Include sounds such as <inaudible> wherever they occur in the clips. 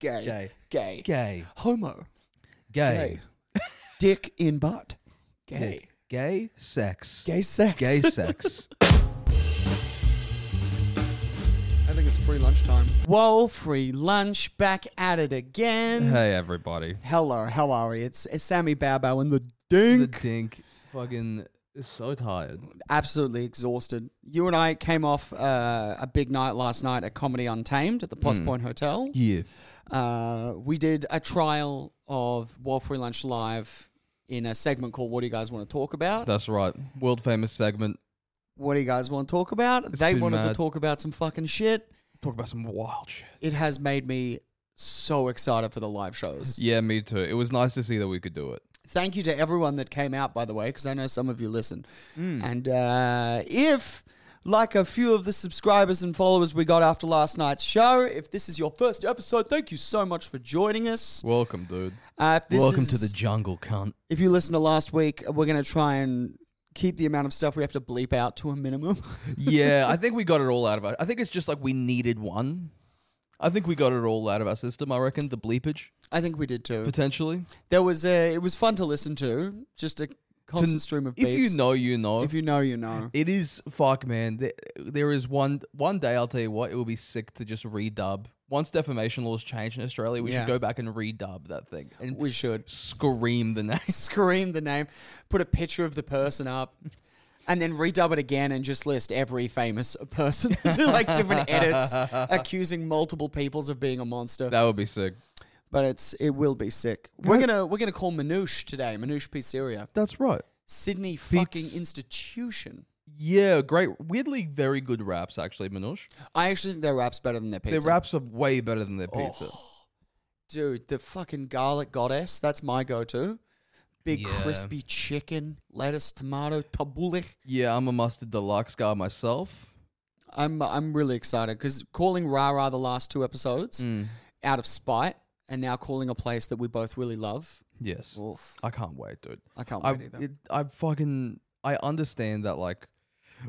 Gay. Gay. Gay. Gay. Homo. Gay. Dick in butt. Gay. Dick. Gay sex. Gay sex. <laughs> Gay sex. I think it's free lunchtime. Whoa, free lunch. Back at it again. hey everybody. Hello, how are we? It's, it's Sammy Babo and the The Dink. dink fucking is so tired. Absolutely exhausted. You and I came off uh, a big night last night at Comedy Untamed at the Plus Point Hotel. Yeah. Uh, we did a trial of Wall Free Lunch Live in a segment called What Do You Guys Want to Talk About? That's right. World famous segment. What do you guys want to talk about? they been wanted to mad. talk about some fucking shit. Talk about some wild shit. It has made me so excited for the live shows. Yeah, me too. It was nice to see that we could do it. Thank you to everyone that came out, by the way, because I know some of you listen. Mm. And uh, if, like a few of the subscribers and followers we got after last night's show, if this is your first episode, thank you so much for joining us. Welcome, dude. Uh, if this Welcome to is- the jungle, cunt. if you listen to last week, we're going to try and keep the amount of stuff we have to bleep out to a minimum. <laughs> <laughs> yeah, I think we got it all out of our I think it's just like we needed one. I think we got it all out of our system, I reckon, the bleepage, I think we did too. potentially. There was a, it was fun to listen to, just a constant stream of beeps. If you know, you know. if you know, you <laughs> know. It is fuck, man. Th- There is one one day I'll tell you what it will be sick to just redub. Once defamation laws change in Australia, we Yeah. should go back and redub that thing and We should scream the name. <laughs> scream the name, put a picture of the person up, and then redub it again and just list every famous person. <laughs> Do like different edits, accusing multiple peoples of being a monster. <laughs> That would be sick. But it's it will be sick. We're gonna we're gonna call Manoush today. Manoush Pizzeria, That's right. Sydney fucking Piz- institution. Yeah, great. Weirdly, very good raps actually, Manoj. I actually think their wraps better than their pizza. Their raps are way better than their pizza. Dude, the fucking garlic goddess. That's my go-to. Big Yeah. crispy chicken, lettuce, tomato, tabbouleh. Yeah, I'm a mustard deluxe guy myself. I'm I'm really excited because calling Rara the last two episodes Mm. out of spite, and now calling a place that we both really love. Yes, Oof, I can't wait, dude. I can't I, wait either. it, I fucking I understand that like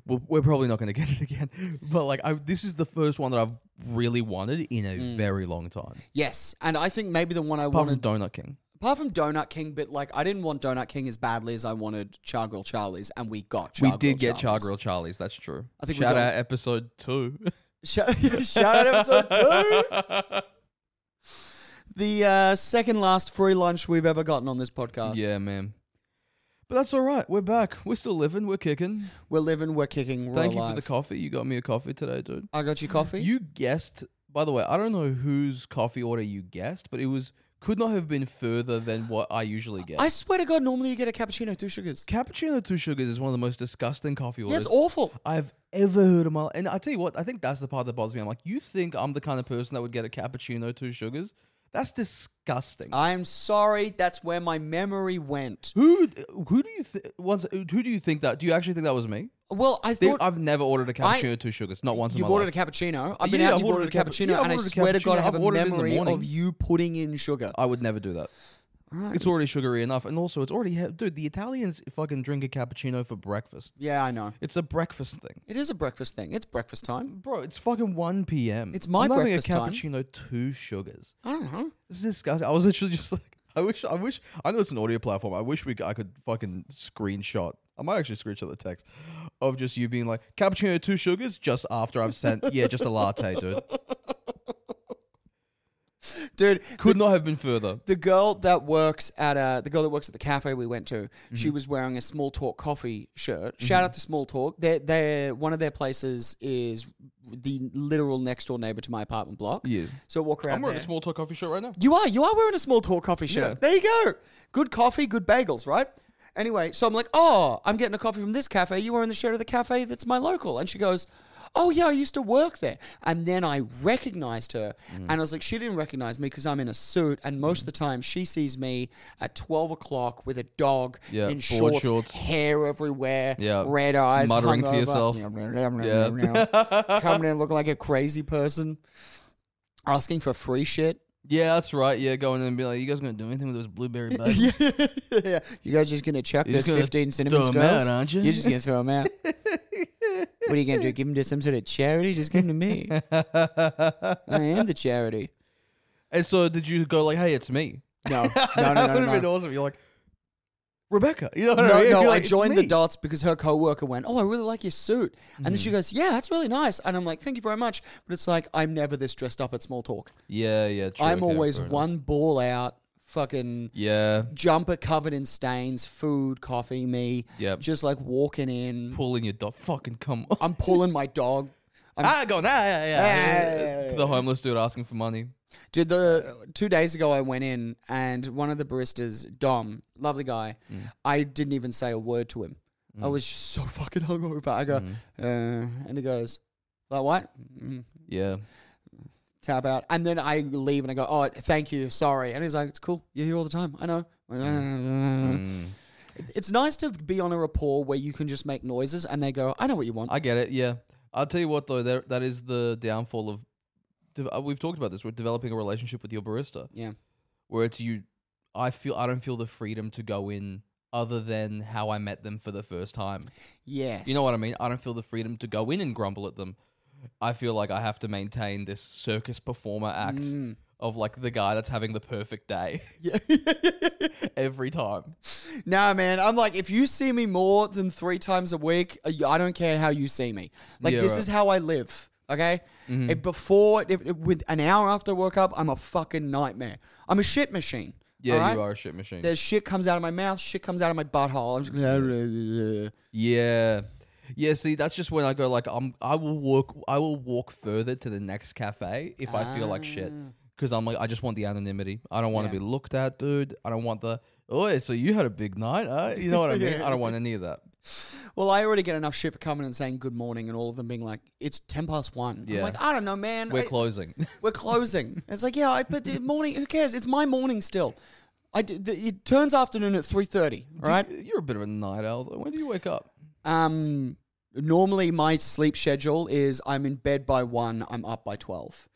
we're, we're probably not going to <laughs> get it again, but like I, this is the first one that I've really wanted in a very long time. yes, and I think maybe the one I Apart Mm. wanted, from Donut King, apart from Donut King, but like I didn't want Donut King as badly as I wanted Char Grill Charlie's, and we got Char we did get Char Charles. Grill Charlie's. That's true. I think we shout got- out episode <laughs> two. Shout, <laughs> shout out episode two. <laughs> The uh, second last free lunch we've ever gotten on this podcast. yeah, man. But that's all right. We're back. We're still living. We're kicking. We're living, we're kicking, we're Thank you alive. for the coffee. You got me a coffee today, dude. I got you coffee. You guessed. By the way, I don't know whose coffee order you guessed, but it was could not have been further than what I usually get. I swear to God, normally you get a cappuccino, two sugars. Cappuccino two sugars is one of the most disgusting coffee Yeah, orders it's awful. I've ever heard in my life. And I tell you what, I think that's the part that bothers me. I'm like, you think I'm the kind of person that would get a cappuccino two sugars? That's disgusting. I'm sorry, that's where my memory went. who who do you think once? Who do you think that? Do you actually think that was me? Well, I Dude, thought I've never ordered a cappuccino two sugars, not once. you've in my ordered life. a cappuccino. I've been Yeah, out I've and you've ordered a ordered a cappu- cappuccino, yeah, I've and I ordered a swear to God, I cappuccino. have I've a ordered it in the memory morning. of you putting in sugar. I would never do that. It's already sugary enough, and also it's already he- dude. The Italians fucking drink a cappuccino for breakfast. Yeah, I know. It's a breakfast thing, It is a breakfast thing. It's breakfast time. bro. It's fucking one p.m. It's my I'm breakfast time. having a cappuccino two sugars. I don't know. It's disgusting. I was literally <laughs> just like, I wish, I wish, I know it's an audio platform. I wish we, c- I could fucking screenshot. I might actually screenshot the text of just you being like, cappuccino, two sugars, just after I've sent, yeah, just a latte, dude. Dude, Could not have been further. the girl that works at uh, the girl that works at the cafe we went to, she Mm-hmm. was wearing a Small Talk coffee shirt. Shout out to Small Talk. They're, they're one of their places is the literal next door neighbor to my apartment block. Yeah. So I walk around. I'm wearing there. a small talk coffee shop right now. You are. You are wearing a small talk coffee shirt. Yeah. There you go. Good coffee, good bagels, right? Anyway, so I'm like, oh, I'm getting a coffee from this cafe. You are in the shirt of the cafe that's my local. And she goes, oh, yeah, I used to work there. And then I recognized her. Mm. And I was like, she didn't recognize me because I'm in a suit. And most of the time, she sees me at 12 o'clock with a dog Yeah, in board shorts, shorts. hair everywhere, Yeah. red eyes, Muttering to hungover. <laughs> yourself. Coming in looking like a crazy person, asking for free shit. Yeah, that's right. Yeah, going in and be like, you guys gonna do anything with those blueberry <laughs> bagels? yeah. yeah. You guys just gonna chuck You're those just gonna 15 cinnamon throw 'em skulls? out, aren't you? You're just gonna throw them <laughs> out. what are you gonna <laughs> do? Give them to some sort of charity? Just give them to me. I am the charity. And so did you go like, hey, it's me? No, <laughs> no, no, that no, would no. have been awesome. You're like, Rebecca. You know what I No, no, mean? You're I like, "It's joined the me." dots because her coworker went, "Oh, I really like your suit," and Mm. then she goes, "Yeah, that's really nice," and I'm like, "Thank you very much," but it's like I'm never this dressed up at small talk. Yeah, yeah. True, I'm okay, always fair enough. one ball out, fucking Yeah, jumper covered in stains, food, coffee, me, Yep. just like walking in. pulling your dog. Fucking come on. I'm pulling my dog. I'm Ah, go on. Ah, yeah, yeah, yeah. Ah. To the homeless dude asking for money. Did the two days ago I went in and one of the baristas, Dom, lovely guy, Mm. I didn't even say a word to him. I was just so fucking hungover. I Mm. Mm-hmm. go, uh, and he goes, like what? Mm, Yeah. tap out. And then I leave and I go, oh, thank you, sorry. And he's like, it's cool. You're here all the time. I know. Mm. It's nice to be on a rapport where you can just make noises and they go, I know what you want. I get it. Yeah, I'll tell you what though. There, that is the downfall of. de- uh, We've talked about this. We're developing a relationship with your barista, yeah. where it's you. I feel I don't feel the freedom to go in other than how I met them for the first time. Yes. You know <laughs> what I mean? I don't feel the freedom to go in and grumble at them. I feel like I have to maintain this circus performer act of like the guy that's having the perfect day <laughs> every time. Nah, man. I'm like, if you see me more than three times a week, uh, you- I don't care how you see me. Like, Yeah, Mm-hmm. this right. is how I live. Okay. If before, if, if- with an hour after work up, I'm a fucking nightmare. I'm a shit machine. Yeah, alright? you are a shit machine. There's shit comes out of my mouth. Shit comes out of my butthole. I'm just Yeah. Yeah, see, that's just when I go like I'm I will walk I will walk further to the next cafe if I feel like shit cuz I'm like I just want the anonymity. I don't want to Ah. Yeah. be looked at, dude. I don't want the Oh, yeah, so you had a big night, huh? You know <laughs> what I mean? I don't want any of that. <laughs> well, I already get enough shit for coming and saying good morning, and all of them being like, "It's ten past one." Yeah. I'm like, I don't know, man. We're I- closing. We're <laughs> closing. it's like, yeah, I, but it- morning. Who cares? It's my morning still. I d- th- it turns afternoon at three thirty. Right. <laughs> You're a bit of a night owl. though. When do you wake up? Um. Normally, my sleep schedule is I'm in bed by one. I'm up by twelve.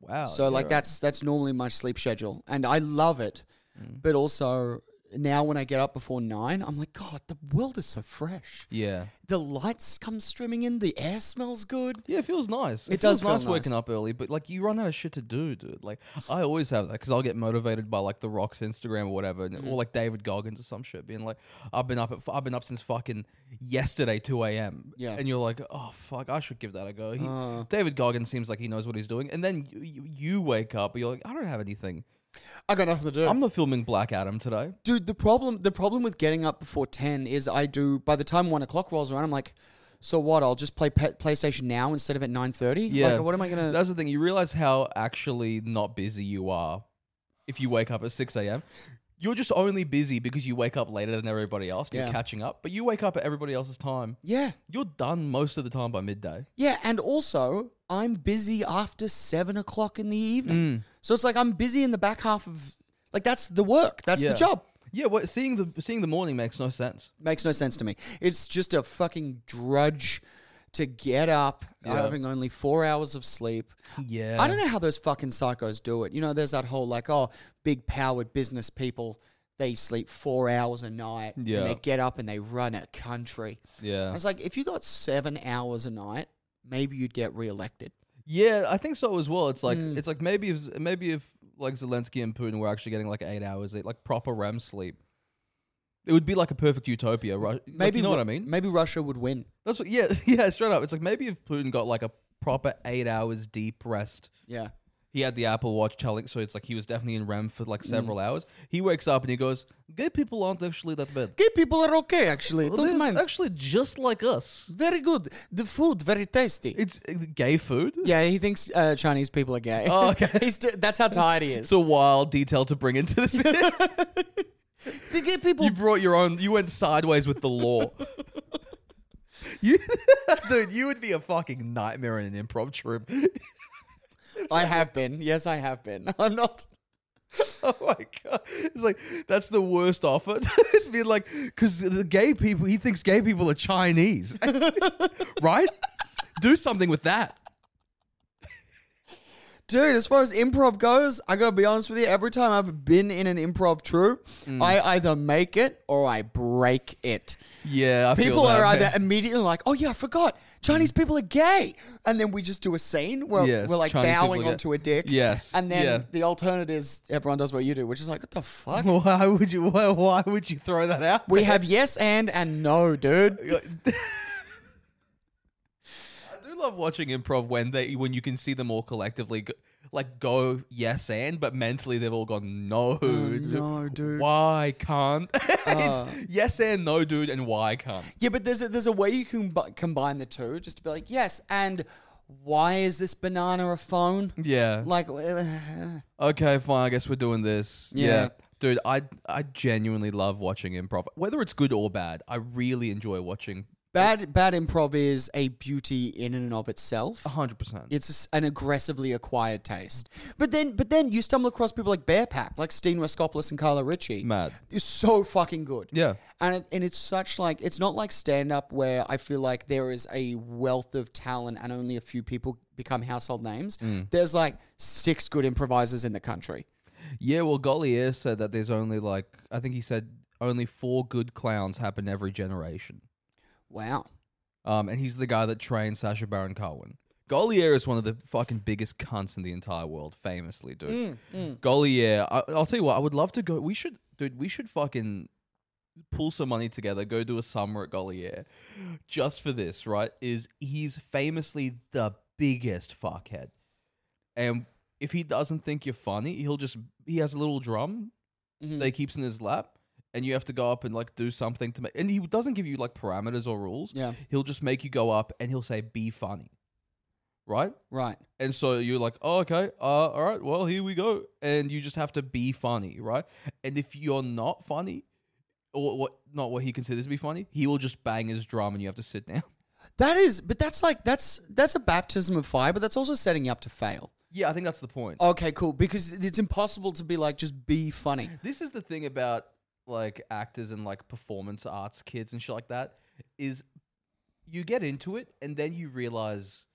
Wow. So Oh, yeah, like right. that's that's normally my sleep schedule, and I love it. Mm. But also now when I get up before nine, I'm like, God, the world is so fresh. Yeah. The lights come streaming in. The air smells good. Yeah, it feels nice. It, does feels feel nice, waking nice. up early, but like you run out of shit to do, dude. Like I always have that because I'll get motivated by like The Rock's Instagram or whatever, and, Mm. or like David Goggins or some shit, being like, "I've been up at I've been up since fucking yesterday, two a.m." Yeah. Uh. and you're like, "Oh fuck, I should give that a go." He, David Goggins seems like he knows what he's doing, and then you, you, you wake up, and you're like, "I don't have anything. I got nothing to do. I'm not filming Black Adam today." dude the problem the problem with getting up before 10 is i do by the time 1 o'clock rolls around i'm like so what i'll just play pe- playstation now instead of at 9.30 Yeah. like, what am i gonna That's the thing. You realize how actually not busy you are if you wake up at 6 a.m. You're just only busy because you wake up later than everybody else. You're Yeah. catching up, but you wake up at everybody else's time. yeah You're done most of the time by midday. yeah and also i'm busy after 7 o'clock in the Mm. evening so it's like i'm busy in the back half of like that's the work that's Yeah. the job Yeah, well, seeing the seeing the morning makes no sense. makes no sense to me it's just a fucking drudge to get up Yeah. having only four hours of sleep Yeah, I don't know how those fucking psychos do it. You know, there's that whole like, oh, big powered business people, they sleep four hours a night Yeah. and they get up and they run a country. I Yeah, was like, if you got seven hours a night, maybe you'd get reelected. yeah, I think so as well. It's like Hmm. it's like maybe if maybe if like Zelensky and Putin were actually getting like eight hours, like proper REM sleep, it would be like a perfect utopia. Right? Maybe Maybe you know what I Ru- mean. Maybe Russia would win. That's what, yeah, <laughs> yeah, straight up. It's like maybe if Putin got like a proper eight hours deep rest, Yeah. he had the Apple Watch telling, so it's like he was definitely in REM for like several hours. He wakes up and he goes, "Gay people aren't actually that bad. Gay people are okay, actually. They're Don't mind. actually just like us. Very good. The food, very tasty. <laughs> It's uh, gay food. Yeah, he thinks uh, Chinese people are gay. <laughs> Oh, okay. <laughs> He's t- that's how tired he is. It's a wild detail to bring into this. the gay people <laughs> you brought your own. You went sideways with the law. You, <laughs> dude, you would be a fucking nightmare in an improv troupe. I have been. Yes, I have been. <laughs> I'm not. <laughs> Oh my god! It's like that's the worst offer. <laughs> It'd be like because the gay people. He thinks gay people are Chinese, <laughs> right? Do something with that. Dude, as far as improv goes, I gotta be honest with you. Every time I've been in an improv troupe, I either make it or I break it. Yeah, I feel People that, are either man. immediately like, "Oh yeah, I forgot Chinese people are gay," and then we just do a scene where Yes, we're like Chinese people are bowing gay. onto a dick. Yes, and then yeah. the alternative is everyone does what you do, which is like, "What the fuck?" <laughs> Why would you? Why, why would you throw that out? we have yes and and no, dude. <laughs> I do love watching improv when they when you can see them all collectively go, like go yes and but mentally they've all gone no dude. Oh, no, dude. Uh. why can't <laughs> it's yes and no dude and why can't Yeah, but there's a, there's a way you can bu- combine the two, just to be like, "Yes," and why is this banana a phone? yeah Like, <laughs> okay fine I guess we're doing this yeah. Yeah. dude I I genuinely love watching improv whether it's good or bad I really enjoy watching bad bad improv is a beauty in and of itself. hundred percent It's s- an aggressively acquired taste. But then, but then you stumble across people like Bear Pack, like Steen Raskopoulos and Carla Ritchie. mad It's so fucking good. Yeah. And it, and it's such like it's not like stand up where I feel like there is a wealth of talent and only a few people become household names. There's like six good improvisers in the country. yeah well Gollier said that there's only like I think he said only four good clowns happen every generation. Wow. Um, and he's the guy that trained Sasha Baron Cohen. Golier is one of the fucking biggest cunts in the entire world, famously, dude. Golier, I, I'll tell you what, I would love to go. We should, dude, we should fucking pull some money together, go do a summer at Golier, just for this, right? Is he's famously the biggest fuckhead, and if he doesn't think you're funny, he'll just he has a little drum Mm-hmm. Mm. that he keeps in his lap. And you have to go up and like do something to make, and he doesn't give you like parameters or rules Yeah. he'll just make you go up and he'll say be funny right Right. and so you're like oh okay uh, all right well here we go and you just have to be funny right and if you're not funny or what not what he considers to be funny he will just bang his drum and you have to sit <laughs> down That is, but that's like that's that's a baptism of fire, but that's also setting you up to fail. yeah i think that's the point Okay, cool. Because it's impossible to be like just be funny. this is the thing about like actors and like performance arts kids and shit like that is you get into it and then you realize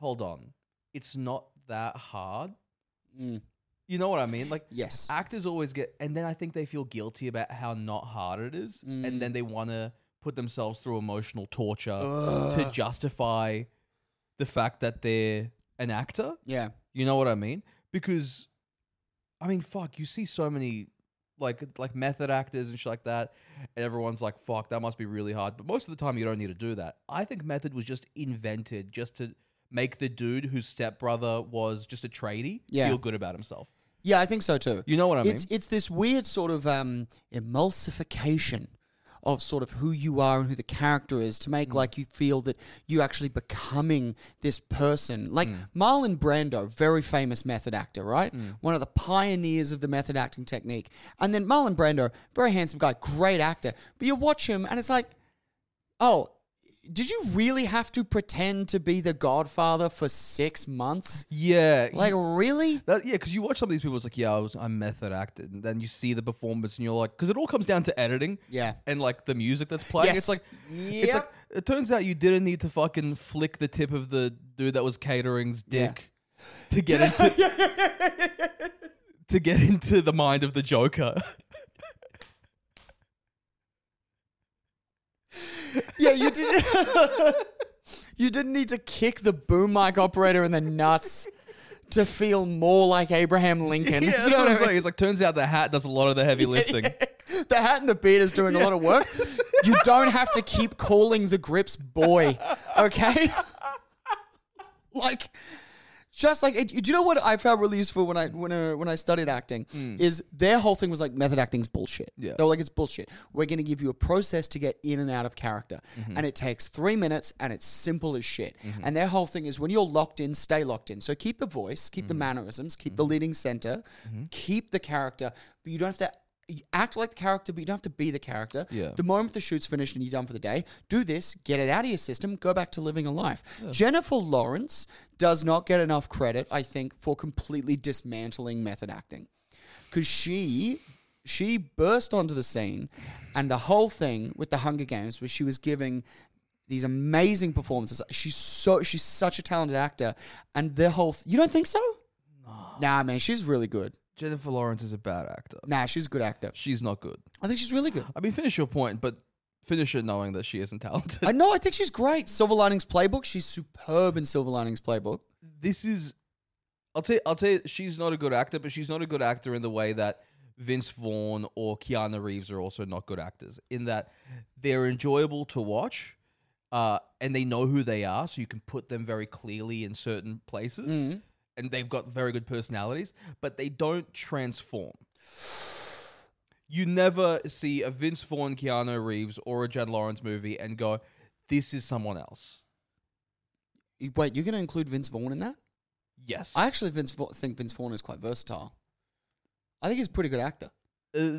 hold on it's not that hard Mm. you know what i mean like Yes. actors always get and then i think they feel guilty about how not hard it is and Mm. then they want to put themselves through emotional torture to justify the fact that they're an actor Yeah. you know what i mean because i mean fuck you see so many like like method actors and shit like that and everyone's like fuck that must be really hard but most of the time you don't need to do that i think method was just invented just to make the dude whose stepbrother was just a tradie Yeah. feel good about himself Yeah, I think so too. you know what i mean it's it's this weird sort of um, emulsification of sort of who you are and who the character is to Mm. make like you feel that you actually becoming this person. Like Mm. Marlon Brando, very famous method actor, right? One of the pioneers of the method acting technique. And then Marlon Brando, very handsome guy, great actor. But you watch him and it's like, oh, did you really have to pretend to be the godfather for six months? Yeah, Like, you- really? that, yeah, because you watch some of these people, it's like, yeah, I was, I'm method acted, and then you see the performance, and you're like, because it all comes down to editing, Yeah. and like the music that's playing. Yes. It's like, it's Yep. like, it turns out you didn't need to fucking flick the tip of the dude that was catering's Yeah. dick to get <laughs> into to get into the mind of the Joker. <laughs> Yeah, you did. <laughs> you didn't need to kick the boom mic operator in the nuts to feel more like Abraham Lincoln. Do yeah, that's you know what what I I'm saying. mean? It's like turns out the hat does a lot of <laughs> the heavy lifting. The hat and the beard is doing a lot of work. You don't have to keep calling the grips boy, okay? like, just like, it, do you know what I found really useful when I when I, when I studied acting is their whole thing was like method acting's bullshit. Yeah. They were like, it's bullshit. We're going to give you a process to get in and out of character, and it takes three minutes, and it's simple as shit. And their whole thing is when you're locked in, stay locked in. So keep the voice, keep the mannerisms, keep the leading center, keep the character, but you don't have to. you Act like the character, but you don't have to be the character. Yeah. The moment the shoot's finished and you're done for the day, do this, get it out of your system, go back to living a life. Jennifer Lawrence does not get enough credit, I think, for completely dismantling method acting. Because she she burst onto the scene and the whole thing with the Hunger Games where she was giving these amazing performances. She's so she's such a talented actor and their whole th- you don't think so? Nah, man, she's really good. Jennifer Lawrence is a bad actor. Nah, she's a good actor. She's not good. I think she's really good. I mean, finish your point, but finish it knowing that she isn't talented. I know. I think she's great. Silver Linings Playbook. She's superb in Silver Linings Playbook. this is I'll tell you, I'll tell you she's not a good actor, but she's not a good actor in the way that Vince Vaughn or Keanu Reeves are also not good actors. In that they're enjoyable to watch, uh, and they know who they are, so you can put them very clearly in certain places, and they've got very good personalities, but they don't transform. You never see a Vince Vaughn, Keanu Reeves, or a Jen Lawrence movie and go, "This is someone else." You- Wait, you're going to include Vince Vaughn in that? Yes, I actually Vince Vaughn, think Vince Vaughn is quite versatile. I think he's a pretty good actor. uh,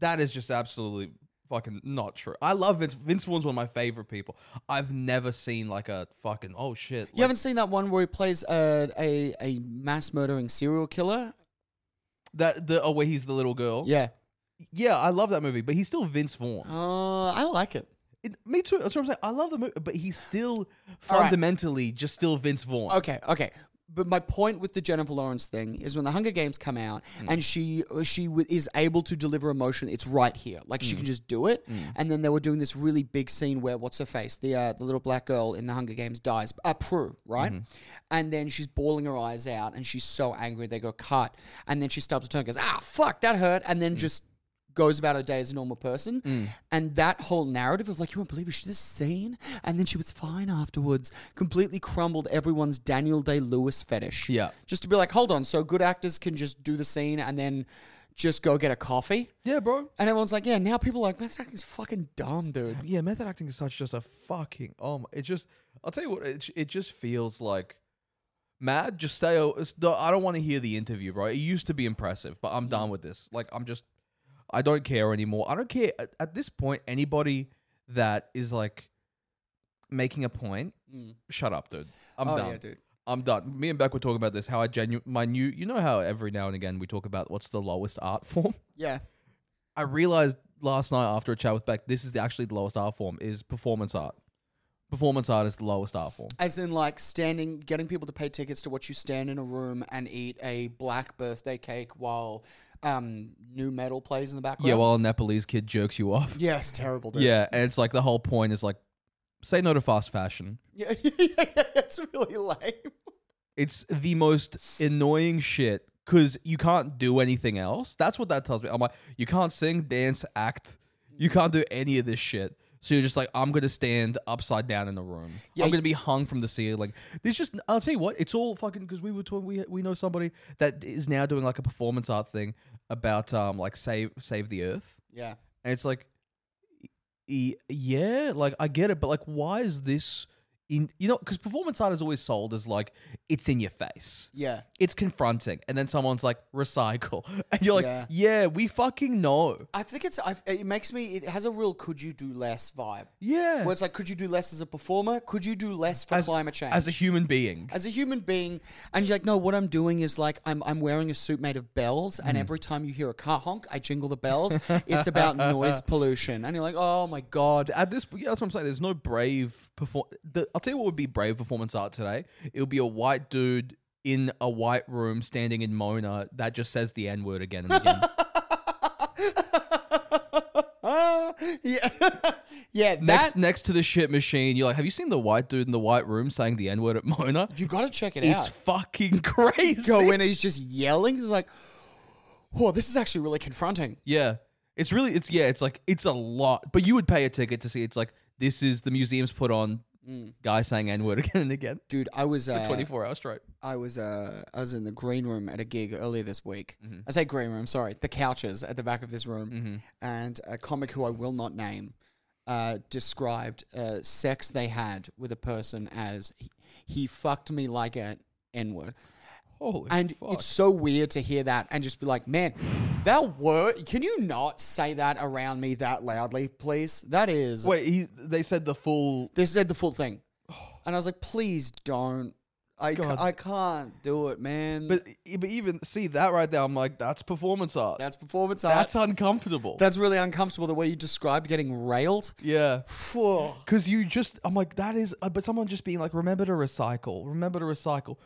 that is just absolutely fucking not true. I love Vince. Vince Vaughn's one of my favorite people. I've never seen like a fucking oh shit. You like- haven't seen that one where he plays a a, a mass murdering serial killer? that the oh where he's the little girl. Yeah. yeah, I love that movie, but he's still Vince Vaughn. Uh, I like it. It- me too. That's what I'm saying. I love the movie, but he's still All right. Uh, fundamentally just still Vince Vaughn. Okay, okay. But my point with the Jennifer Lawrence thing is when the Hunger Games come out and she uh, she w- is able to deliver emotion, it's right here. Like she can just do it. And then they were doing this really big scene where what's her face, the uh, the little black girl in the Hunger Games dies, uh, Prue, right? And then she's bawling her eyes out and she's so angry they go cut. And then she stops and turns and goes, ah, fuck, that hurt. And then just goes about her day as a normal person. Mm. And that whole narrative of like, you won't believe it, she this scene, and then she was fine afterwards, completely crumbled everyone's Daniel Day Lewis fetish. Yeah. Just to be like, hold on, so good actors can just do the scene and then just go get a coffee. Yeah, bro. And everyone's like, yeah, now people are like, method acting's fucking dumb, dude. Yeah, method acting is such just a fucking oh my. It just I'll tell you what. It it just feels like. Mad, just stay. o- it's- no, I don't want to hear the interview, bro. It used to be impressive, but Mm. I'm done with this. Like, I'm just, I don't care anymore. I don't care at, at this point. Anybody that is like making a point, shut up, dude. I'm Mm. Oh, done, yeah, dude. I'm done. Me and Beck were talking about this. How I genuine my new, you know how every now and again we talk about what's the lowest art form. Yeah. I realized last night after a chat with Beck, this is the, actually the lowest art form is performance art. Performance art is the lowest art form. As in, like, standing, getting people to pay tickets to watch you stand in a room and eat a black birthday cake while um, new metal plays in the background. Yeah, while a Nepalese kid jerks you off. Yes, terrible, dude. Yeah, and it's like the whole point is like, say no to fast fashion. Yeah, <laughs> yeah, that's really lame. It's the most annoying shit because you can't do anything else. That's what that tells me. I'm like, you can't sing, dance, act. You can't do any of this shit. So you're just like, I'm gonna stand upside down in the room. Yeah, I'm gonna be hung from the ceiling. There's just, I'll tell you what, it's all fucking because we were talking. We we know somebody that is now doing like a performance art thing about um like save save the earth. Yeah. And it's like, y- yeah, like I get it, but like, why is this in, you know, because performance art is always sold as like, it's in your face, Yeah. it's confronting. And then someone's like, recycle. <laughs> And you're like, Yeah. yeah, we fucking know. I think it's, i it makes me, it has a real could you do less vibe. Yeah. Where it's like, could you do less as a performer? Could you do less for climate change? As a human being. as a human being and you're like no what i'm doing is like i'm, I'm wearing a suit made of bells and every time you hear a car honk i jingle the bells it's <laughs> about noise pollution and you're like oh my god At this, yeah, that's what I'm saying. There's no brave perform. The, I'll tell you what would be brave performance art today. It would be a white dude in a white room standing in Mona that just says the N word again and again. <laughs> yeah <laughs> yeah next that next to the shit machine. You're like, have you seen the white dude in the white room saying the n word at Mona? you gotta check it It's out fucking <laughs> crazy. <laughs> go in and he's just yelling he's like whoa this is actually really confronting yeah, it's really it's yeah, it's like it's a lot, but you would pay a ticket to see. It's like this is the museum's put on guy saying n word <laughs> again and again, dude i was uh, twenty four hours straight. I was uh, I was in the green room at a gig earlier this week. I say green room, sorry, the couches at the back of this room, and a comic who I will not name uh, described uh, sex they had with a person as he, he fucked me like a n word, Holy and fuck! it's so weird to hear that and just be like, man, that word. Can you not say that around me that loudly, please? That is Wait, he, they said the full. they said the full <sighs> thing, and I was like, please don't. I, ca- God. I can't do it, man. But, but even see that right there, I'm like, that's performance art. That's performance art. That's uncomfortable. That's really uncomfortable the way you describe getting <sighs> railed. yeah. Phew. Because you just, I'm like, that is, uh, <laughs> but someone just being like, remember to recycle, remember to recycle.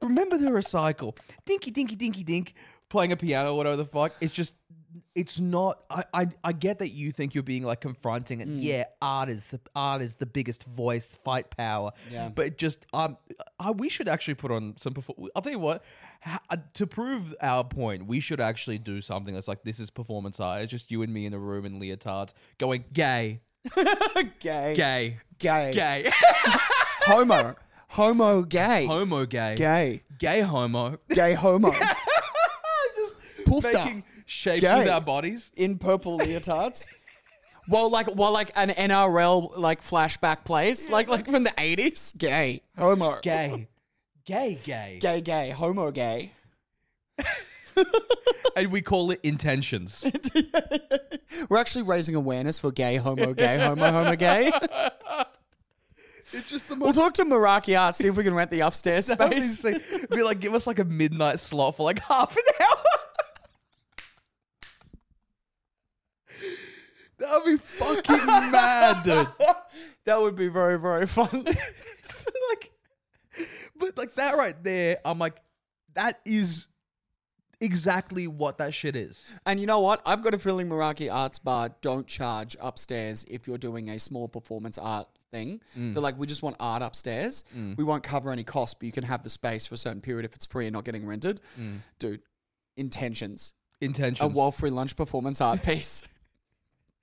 Remember the recycle. Dinky dinky dinky dink. Playing a piano, whatever the fuck. It's just it's not I, I I get that you think you're being like confronting and yeah, art is the art is the biggest voice, fight power. Yeah. But it just um I, we should actually put on some perform- I'll tell you what, ha- uh, to prove our point, we should actually do something that's like this is performance art. It's just you and me in a room in leotards going gay, gay, gay, gay, gay, homo, homo, gay, homo gay. gay, gay homo gay, <laughs> homo, just poofed up making shapes Gay. with our bodies. in purple leotards. <laughs> Well, like, well, like an NRL like flashback plays, like, like from the eighties. Gay, homo, Gay. Gay, gay. gay, gay, homo, gay. And we call it intentions. We're actually raising awareness for gay, homo, gay, homo, homo, gay. <laughs> it's just the We'll most. talk to Meraki Art, see if we can rent the upstairs <laughs> space. amazing thing. Be like, give us like a midnight slot for like <laughs> half an hour. That'd be <laughs> fucking mad, dude. <laughs> That would be very, very fun. It's like, but like that right there, I'm like, that is exactly what that shit is. And you know what? I've got a feeling Meraki Arts Bar don't charge upstairs if you're doing a small performance art thing. Mm. They're like, we just want art upstairs. We won't cover any cost, but you can have the space for a certain period if it's free and not getting rented. Mm. Dude, intentions. A Intentions. wall free lunch performance art <laughs> piece.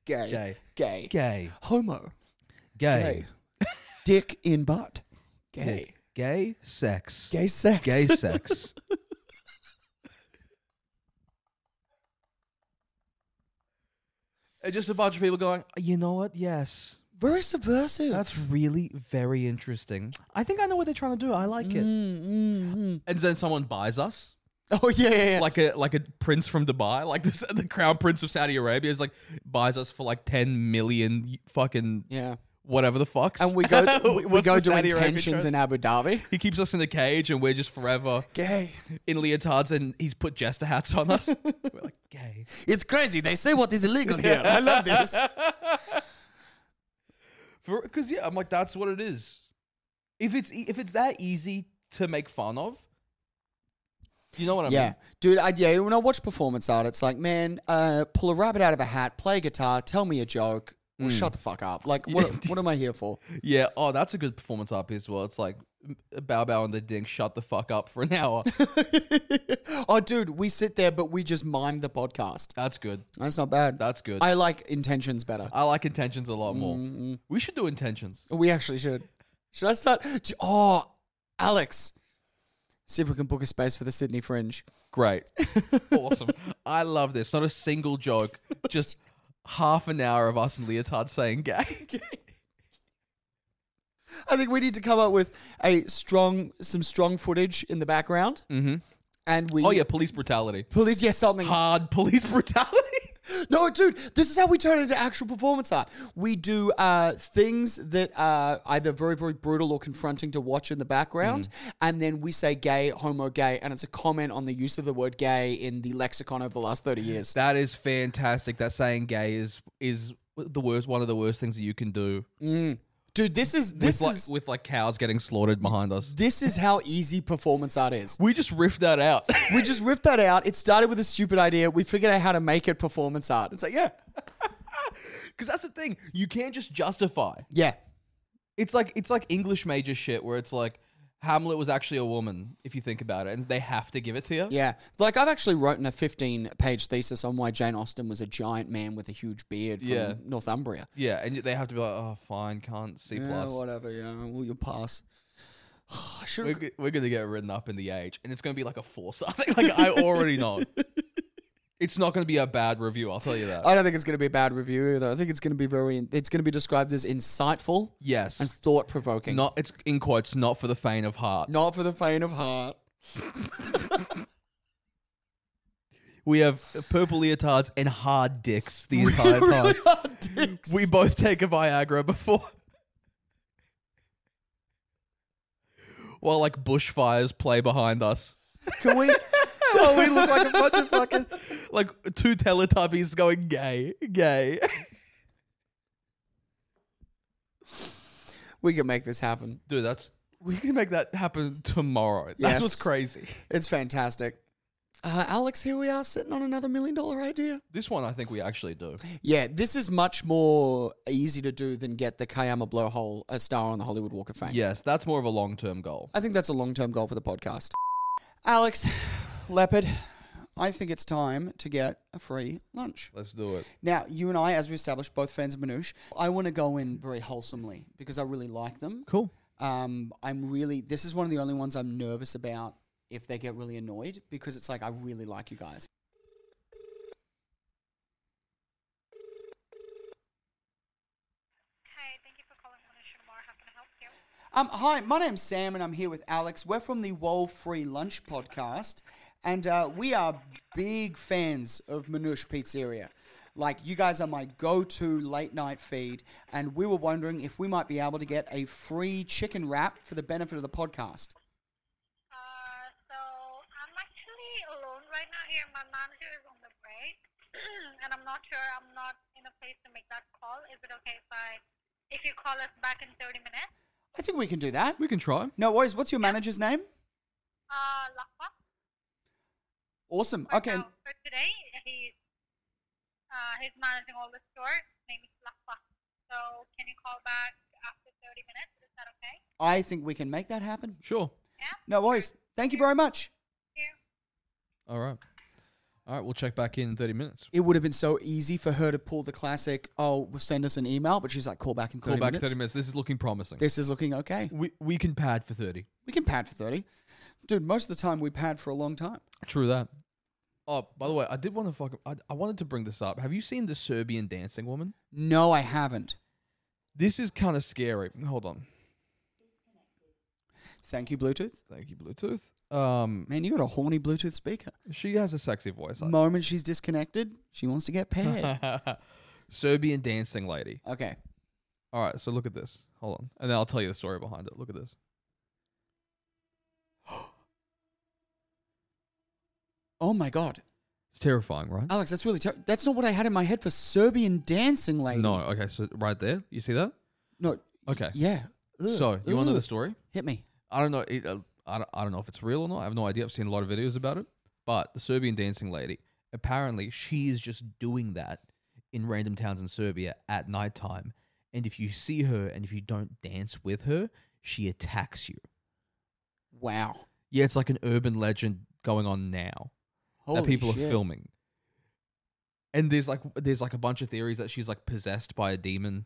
Gay. Gay. Gay. gay, Homo. gay, Gay. Dick in butt. Gay. gay, gay sex, Gay sex. <laughs> gay sex. And Uh, just a bunch of people going, you know what? Yes, very subversive. that's really very interesting. I think I know what they're trying to do. I like it. Mm, mm, mm. And then someone buys us. Oh yeah, yeah, yeah. like a like a prince from Dubai, like <laughs> this, the crown prince of Saudi Arabia is like buys us for like ten million fucking <laughs> yeah. whatever the fucks, And we go, we, we What's go the to Saudi Arabian intentions currency? in Abu Dhabi. He keeps us in the cage, and we're just forever Gay. in leotards, and he's put jester hats on <laughs> us. we're like gay. It's crazy. They say what is illegal here. I love <laughs> this. because yeah, I'm like that's what it is. If it's e- if it's that easy to make fun of, you know what I Yeah, mean? dude. I, yeah, when I watch performance art, it's like, man, uh, pull a rabbit out of a hat, play guitar, tell me a joke. Well, shut the fuck up. <laughs> Like, what, what am I here for? <laughs> Yeah. Oh, that's a good performance up as well. It's like m- Bow Bow and the Dink shut the fuck up for an <laughs> hour. oh, dude, we sit there, but we just mime the podcast. that's good. That's not bad. That's good. I, I like intentions better. like intentions a lot more. We should do intentions. We actually should. Should I start? J- Oh, Alex. See if we can book a space for the Sydney Fringe. Great. awesome. I love this. Not a single joke. Just half an hour of us and Leotard saying gay. I think we need to come up with a strong, some strong footage in the background, Mhm. and we. oh, yeah, police brutality. Police, yes, something. Hard police <laughs> brutality. No, dude, this is how we turn it into actual performance art. We do uh, things that are either very, very brutal or confronting to watch in the background, Mm-hmm. and then we say gay, homo, gay, and it's a comment on the use of the word gay in the lexicon over the last 30 years. That is fantastic. That saying gay is is the worst one of the worst things that you can do. Dude, this is With this like, is with like cows getting slaughtered behind us. this is how easy performance art is. We just riffed that out. <laughs> We just ripped that out. It started with a stupid idea. We figured out how to make it performance art. It's like, <laughs> yeah, Because that's the thing. You can't just justify. yeah, It's like it's like English major shit where it's like Hamlet was actually a woman, if you think about it, and they have to give it to you. yeah. Like I've actually written a 15-page thesis on why Jane Austen was a giant man with a huge beard from Yeah. Northumbria. Yeah, and they have to be like, oh, fine, can't C plus. whatever. Yeah, will you pass? <sighs> I we're, should. go- we're gonna get written up in the age, and it's gonna be like a four star. <laughs> like I already <laughs> know. It's not gonna be a bad review. I'll tell you that. I don't think it's going to be a bad review either. I think it's going to be very. It's going to be described as insightful yes, and thought provoking. not. It's in quotes, not for the faint of heart. not for the faint of <laughs> heart. We have purple leotards and hard dicks <laughs> the entire time. <laughs> We both take a Viagra before. While like bushfires play behind <laughs> us. Can we? Oh, we look like a bunch of fucking <laughs> like two Teletubbies going gay, gay. <laughs> We can make this happen. Dude, that's We can make that happen tomorrow. That's Yes. what's crazy. It's fantastic. Uh, Alex, here we are sitting on another million dollar idea. This one I think we actually do. Yeah, this is much more easy to do than get the Kayama blowhole a star on the Hollywood Walk of Fame. Yes, that's more of a long term goal. I think that's a long term goal for the podcast. Alex, Leopard, I think it's time to get a free lunch. Let's do it. Now, you and I, as we established, both fans of Manoush, I want to go in very wholesomely because I really like them. Cool. Um, I'm really, this is one of the only ones I'm nervous about if they get really annoyed because it's like, I really like you guys. Hi, thank you for calling Monisha Tomorrow. How can I help you? Um, hi, my name's Sam, and I'm here with Alex. We're from the Wall Free Lunch podcast, and uh, we are big fans of Manush Pizzeria. Like, you guys are my go to late night feed, and we were wondering if we might be able to get a free chicken wrap for the benefit of the podcast. Uh, so I'm actually alone right now here. My manager is on the break, <clears throat> and I'm not sure. I'm not in a place to make that call. Is it okay if I, if you call us back in 30 minutes? I think we can do that. We can try. No worries. What's your manager's name? Uh, Lakwa. Awesome. Right Okay. now, For today, he's uh, he's managing all the store. His name is Lakwa. So can you call back after 30 minutes? Is that okay? I think we can make that happen. Sure. Yeah. No worries. Thank you very much. Thank you. All right. All right, we'll check back in 30 minutes. It would have been so easy for her to pull the classic, oh, well, send us an email, but she's like, call back in 30 Call back in minutes. 30 minutes. This is looking promising. This is looking okay. We, we can pad for 30. We can pad for 30. Dude, most of the time we pad for a long time. True that. Oh, by the way, I did want to fucking. I, I wanted to bring this up. Have you seen the Serbian dancing woman? No, I haven't. This is kind of scary. Hold on. Thank you, Bluetooth. Thank you, Bluetooth. Um, Man, you got a horny Bluetooth speaker. she has a sexy voice. The moment she's disconnected, she wants to get <laughs> paired. Serbian dancing lady. okay. All right, so look at this. Hold on, and then I'll tell you the story behind it. Look at this. Oh my God. It's terrifying, right? Alex, that's really ter- That's not what I had in my head for Serbian dancing lady. No. Okay, so right there, you see that? No. Okay. Yeah. Ugh. So you want to know the Ugh. story? Hit me. I don't know. It, uh, I, don't, I don't know if it's real or not. I have no idea. I've seen a lot of videos about it. But the Serbian dancing lady, apparently, she is just doing that in random towns in Serbia at nighttime. And if you see her and if you don't dance with her, she attacks you. Wow. Yeah, it's like an urban legend going on now Holy that people shit. are filming. And there's like there's like a bunch of theories that she's like possessed by a demon,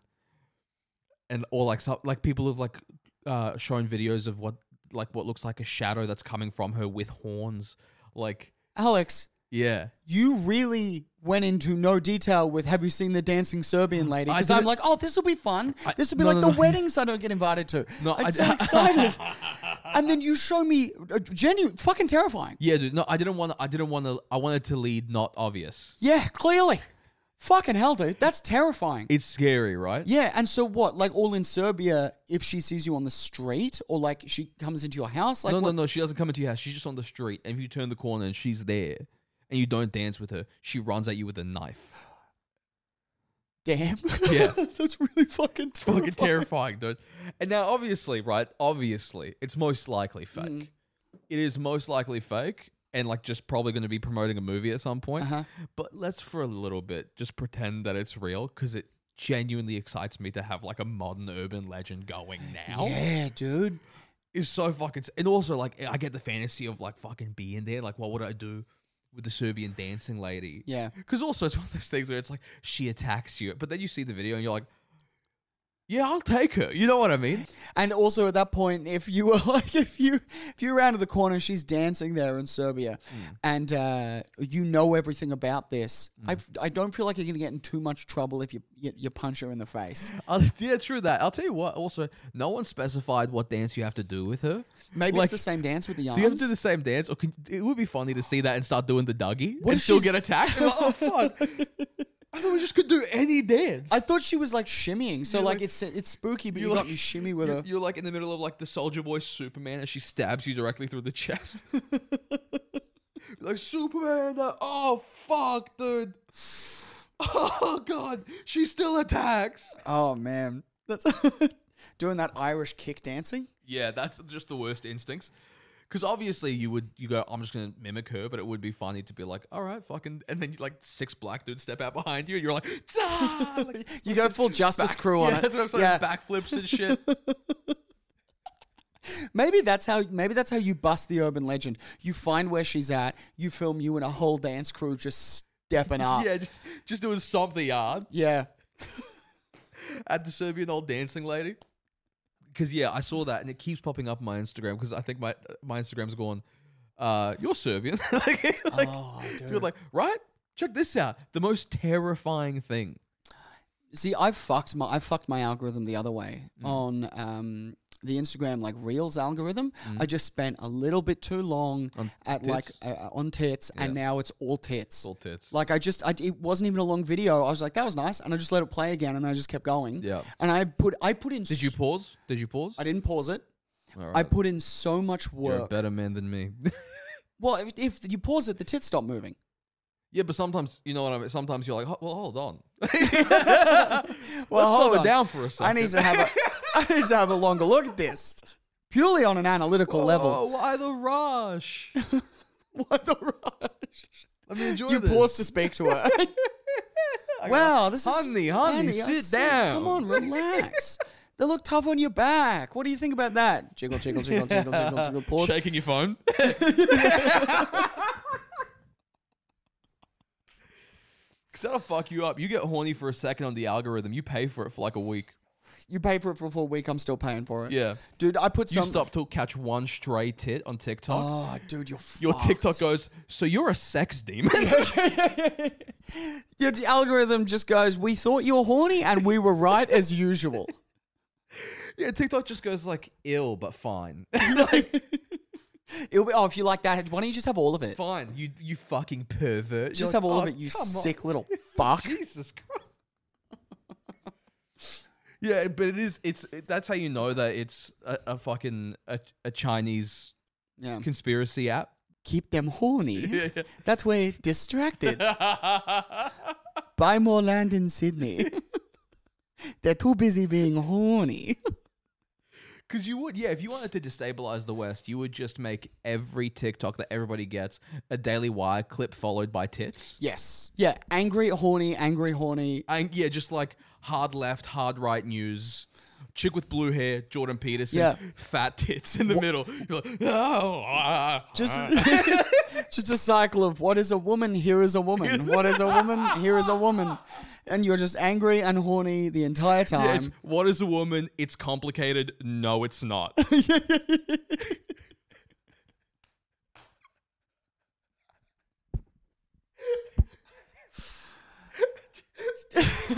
and or like some like people have like uh shown videos of what like what looks like a shadow that's coming from her with horns, like Alex, yeah. you really went into no detail with have you seen the dancing Serbian lady? I Because I'm didn't- like, oh, this will be fun. I- This will be no, like no, the no. weddings I don't get invited to. No, I'm I- <laughs> so excited. and then you show me uh, genuine, fucking terrifying. Yeah, dude. No, I didn't want. I didn't want to. I wanted to lead not obvious. Yeah, clearly. Fucking hell, dude. That's terrifying. It's scary, right? yeah, and so what? Like all in Serbia, if she sees you on the street or like she comes into your house, like no, what- no, no. She doesn't come into your house. She's just on the street. And if you turn the corner and she's there, and you don't dance with her, she runs at you with a knife. damn. Yeah. <laughs> That's really fucking <laughs> terrifying. fucking terrifying, dude. And now, obviously, right? Obviously, it's most likely Mm. fake. It is most likely fake, and like just probably going to be promoting a movie at some point. Uh-huh. But let's for a little bit just pretend that it's real because it genuinely excites me to have like a modern urban legend going now. Yeah, dude. It's so fucking. s- And also, like, I get the fantasy of like fucking being there. Like, what would I do? With the Serbian dancing lady, Yeah. because also it's one of those things where it's like she attacks you, but then you see the video and you're like, "Yeah, I'll take her." You know what <laughs> I mean? And also at that point, if you were <laughs> like, if you if you round to the corner, she's dancing there in Serbia, Mm. and uh, you know everything about this. I've- I don't feel like you're gonna get in too much trouble if you you, you punch her in the face. I'll, Uh, yeah, true that. I'll tell you what. Also, no one specified what dance you have to do with her. Maybe Like, it's the same dance with the arms. Do you have to do the same dance, or can, it would be funny to see that and start doing the Dougie What and if still she's- <laughs> get attacked? I'm like, oh fuck! I thought we just could do any dance. I thought she was like shimmying, so You're like, like- it's it's spooky, but you you're got like- me shimmy with you're, her. you're like in the middle of like the Soldier Boy Superman, and she stabs you directly through the chest. <laughs> You're like Superman, uh, oh fuck, dude! Oh god, she still attacks. <laughs> Oh man, that's doing that Irish kick dancing. Yeah, that's just the worst instincts. Because obviously you would you go, I'm just gonna mimic her, but it would be funny to be like, all right, fucking, and then like six black dudes step out behind you, and you're like, "Dah!" Like, <laughs> You go <laughs> full justice crew on yeah, it. that's what I'm saying, Yeah. backflips <laughs> and shit. Maybe that's how maybe that's how you bust the urban legend. You find where she's at, you film you and a whole dance crew just stepping up. <laughs> yeah, just, just doing stomp the yard yeah. at the Serbian old dancing lady. Because yeah, I saw that, and it keeps popping up on my Instagram. Because I think my my Instagram's going, uh, you're Serbian. <laughs> like, like, Oh, it's dude. like, right? Check this out. The most terrifying thing. See, I fucked my I fucked my algorithm the other way Mm. on um, the Instagram like Reels algorithm. I just spent a little bit too long Mm. On at tits? like uh, uh, on tits, and now it's all tits. Little tits. Like I just, I, it wasn't even a long video. I was like, that was nice, and I just let it play again, and then I just kept going. Yeah. And I put, I put in. Did you s- pause? Did you pause? I didn't pause it. All I right. put in so much You're a work. better man than me. <laughs> Well, if, if you pause it, the tits stop moving. yeah, but sometimes you know what I mean. Sometimes you're like, "Ho- well, hold on. Well, Let's <laughs> slow hold it on. down for a second. I need to have <laughs> a, I need to have a longer look at this, purely on an <laughs> analytical Oh, level. why <laughs> the rush? What the rush? Let me enjoy You this. pause to speak to <laughs> her. <laughs> wow, this Honey, is honey, I sit see- down. Come on, <laughs> relax. they look tough on your back. What do you think about that? Jiggle, jiggle, jiggle, jiggle, jiggle, <laughs> jiggle. Pause. Shaking <laughs> your phone. Cause that'll fuck you up. You get horny for a second on the algorithm. You pay for it for like a week. You pay for it for a full week. I'm still paying for it. Yeah. dude. I put You some. stop to catch one stray tit on TikTok. Oh, dude, you're Your fucked. TikTok goes, so you're a sex demon. <laughs> Your d- algorithm just goes. We thought you were horny, and we were right as usual. yeah, TikTok just goes like ill, but fine, <laughs> It'll be, oh, if you like that, why don't you just have all of it? fine. You you fucking pervert. You're Just like, have all "Oh, of it, you come on." sick little fuck. Jesus Christ. <laughs> yeah, but it is. It's it, that's how you know that it's a, a fucking a, a Chinese Yeah. <laughs> conspiracy app. Keep them <laughs> horny. yeah. that way, distracted. Buy more land in Sydney. <laughs> They're too busy being horny. Because you would, yeah, if you wanted to destabilize the West, you would just make every TikTok that everybody gets a Daily Wire clip followed by tits. yes. Yeah. Angry, horny, angry, horny. And yeah, just like hard left, hard right news. Chick with blue hair, Jordan Peterson, Yeah. fat tits in the middle. You're like, oh, ah, Just, <laughs> ah." just a cycle of what is a woman, here is a woman. What is a woman, here is a woman. And you're just angry and horny the entire time. Yeah, it's, what is a woman? It's complicated. No, it's not.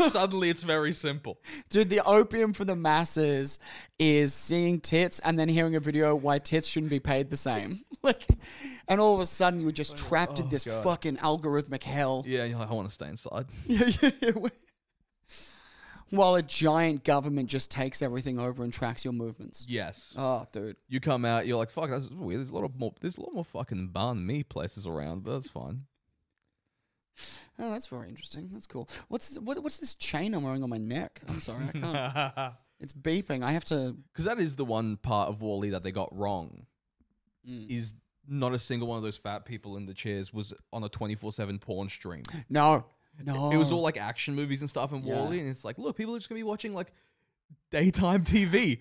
Suddenly, it's very simple. Dude, the opium for the masses is seeing tits and then hearing a video why tits shouldn't be paid the same. <laughs> like, and all of a sudden you're just trapped in this God. fucking algorithmic hell. Yeah, you're like, I want to stay inside. Yeah, yeah, yeah. <laughs> While a giant government just takes everything over and tracks your movements. Yes. Oh, dude. you come out, you're like, fuck, that's weird. There's a lot of more. There's a lot more fucking banh mi places around. But that's <laughs> fine. Oh, that's very interesting. That's cool. What's this, what, what's this chain I'm wearing on my neck? I'm sorry, I <laughs> can't. Because it's beeping. I have to. that is the one part of Wally that they got wrong. Mm. Is not a single one of those fat people in the chairs was on a 24 7 porn stream. No, no. It was all like action movies and stuff in Oh. Yeah. Wally, and it's like, look, people are just gonna be watching like daytime TV.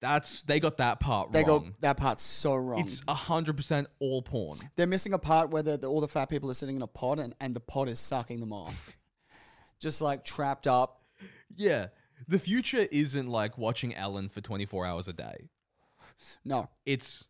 That's they got that part They wrong. go that part's so wrong. It's hundred percent all porn. They're missing a part where the, the, all the fat people are sitting in a pod and, and the pod is sucking them <laughs> off. Just like trapped up. Yeah, the future isn't like watching Ellen for twenty four hours a day. No. It's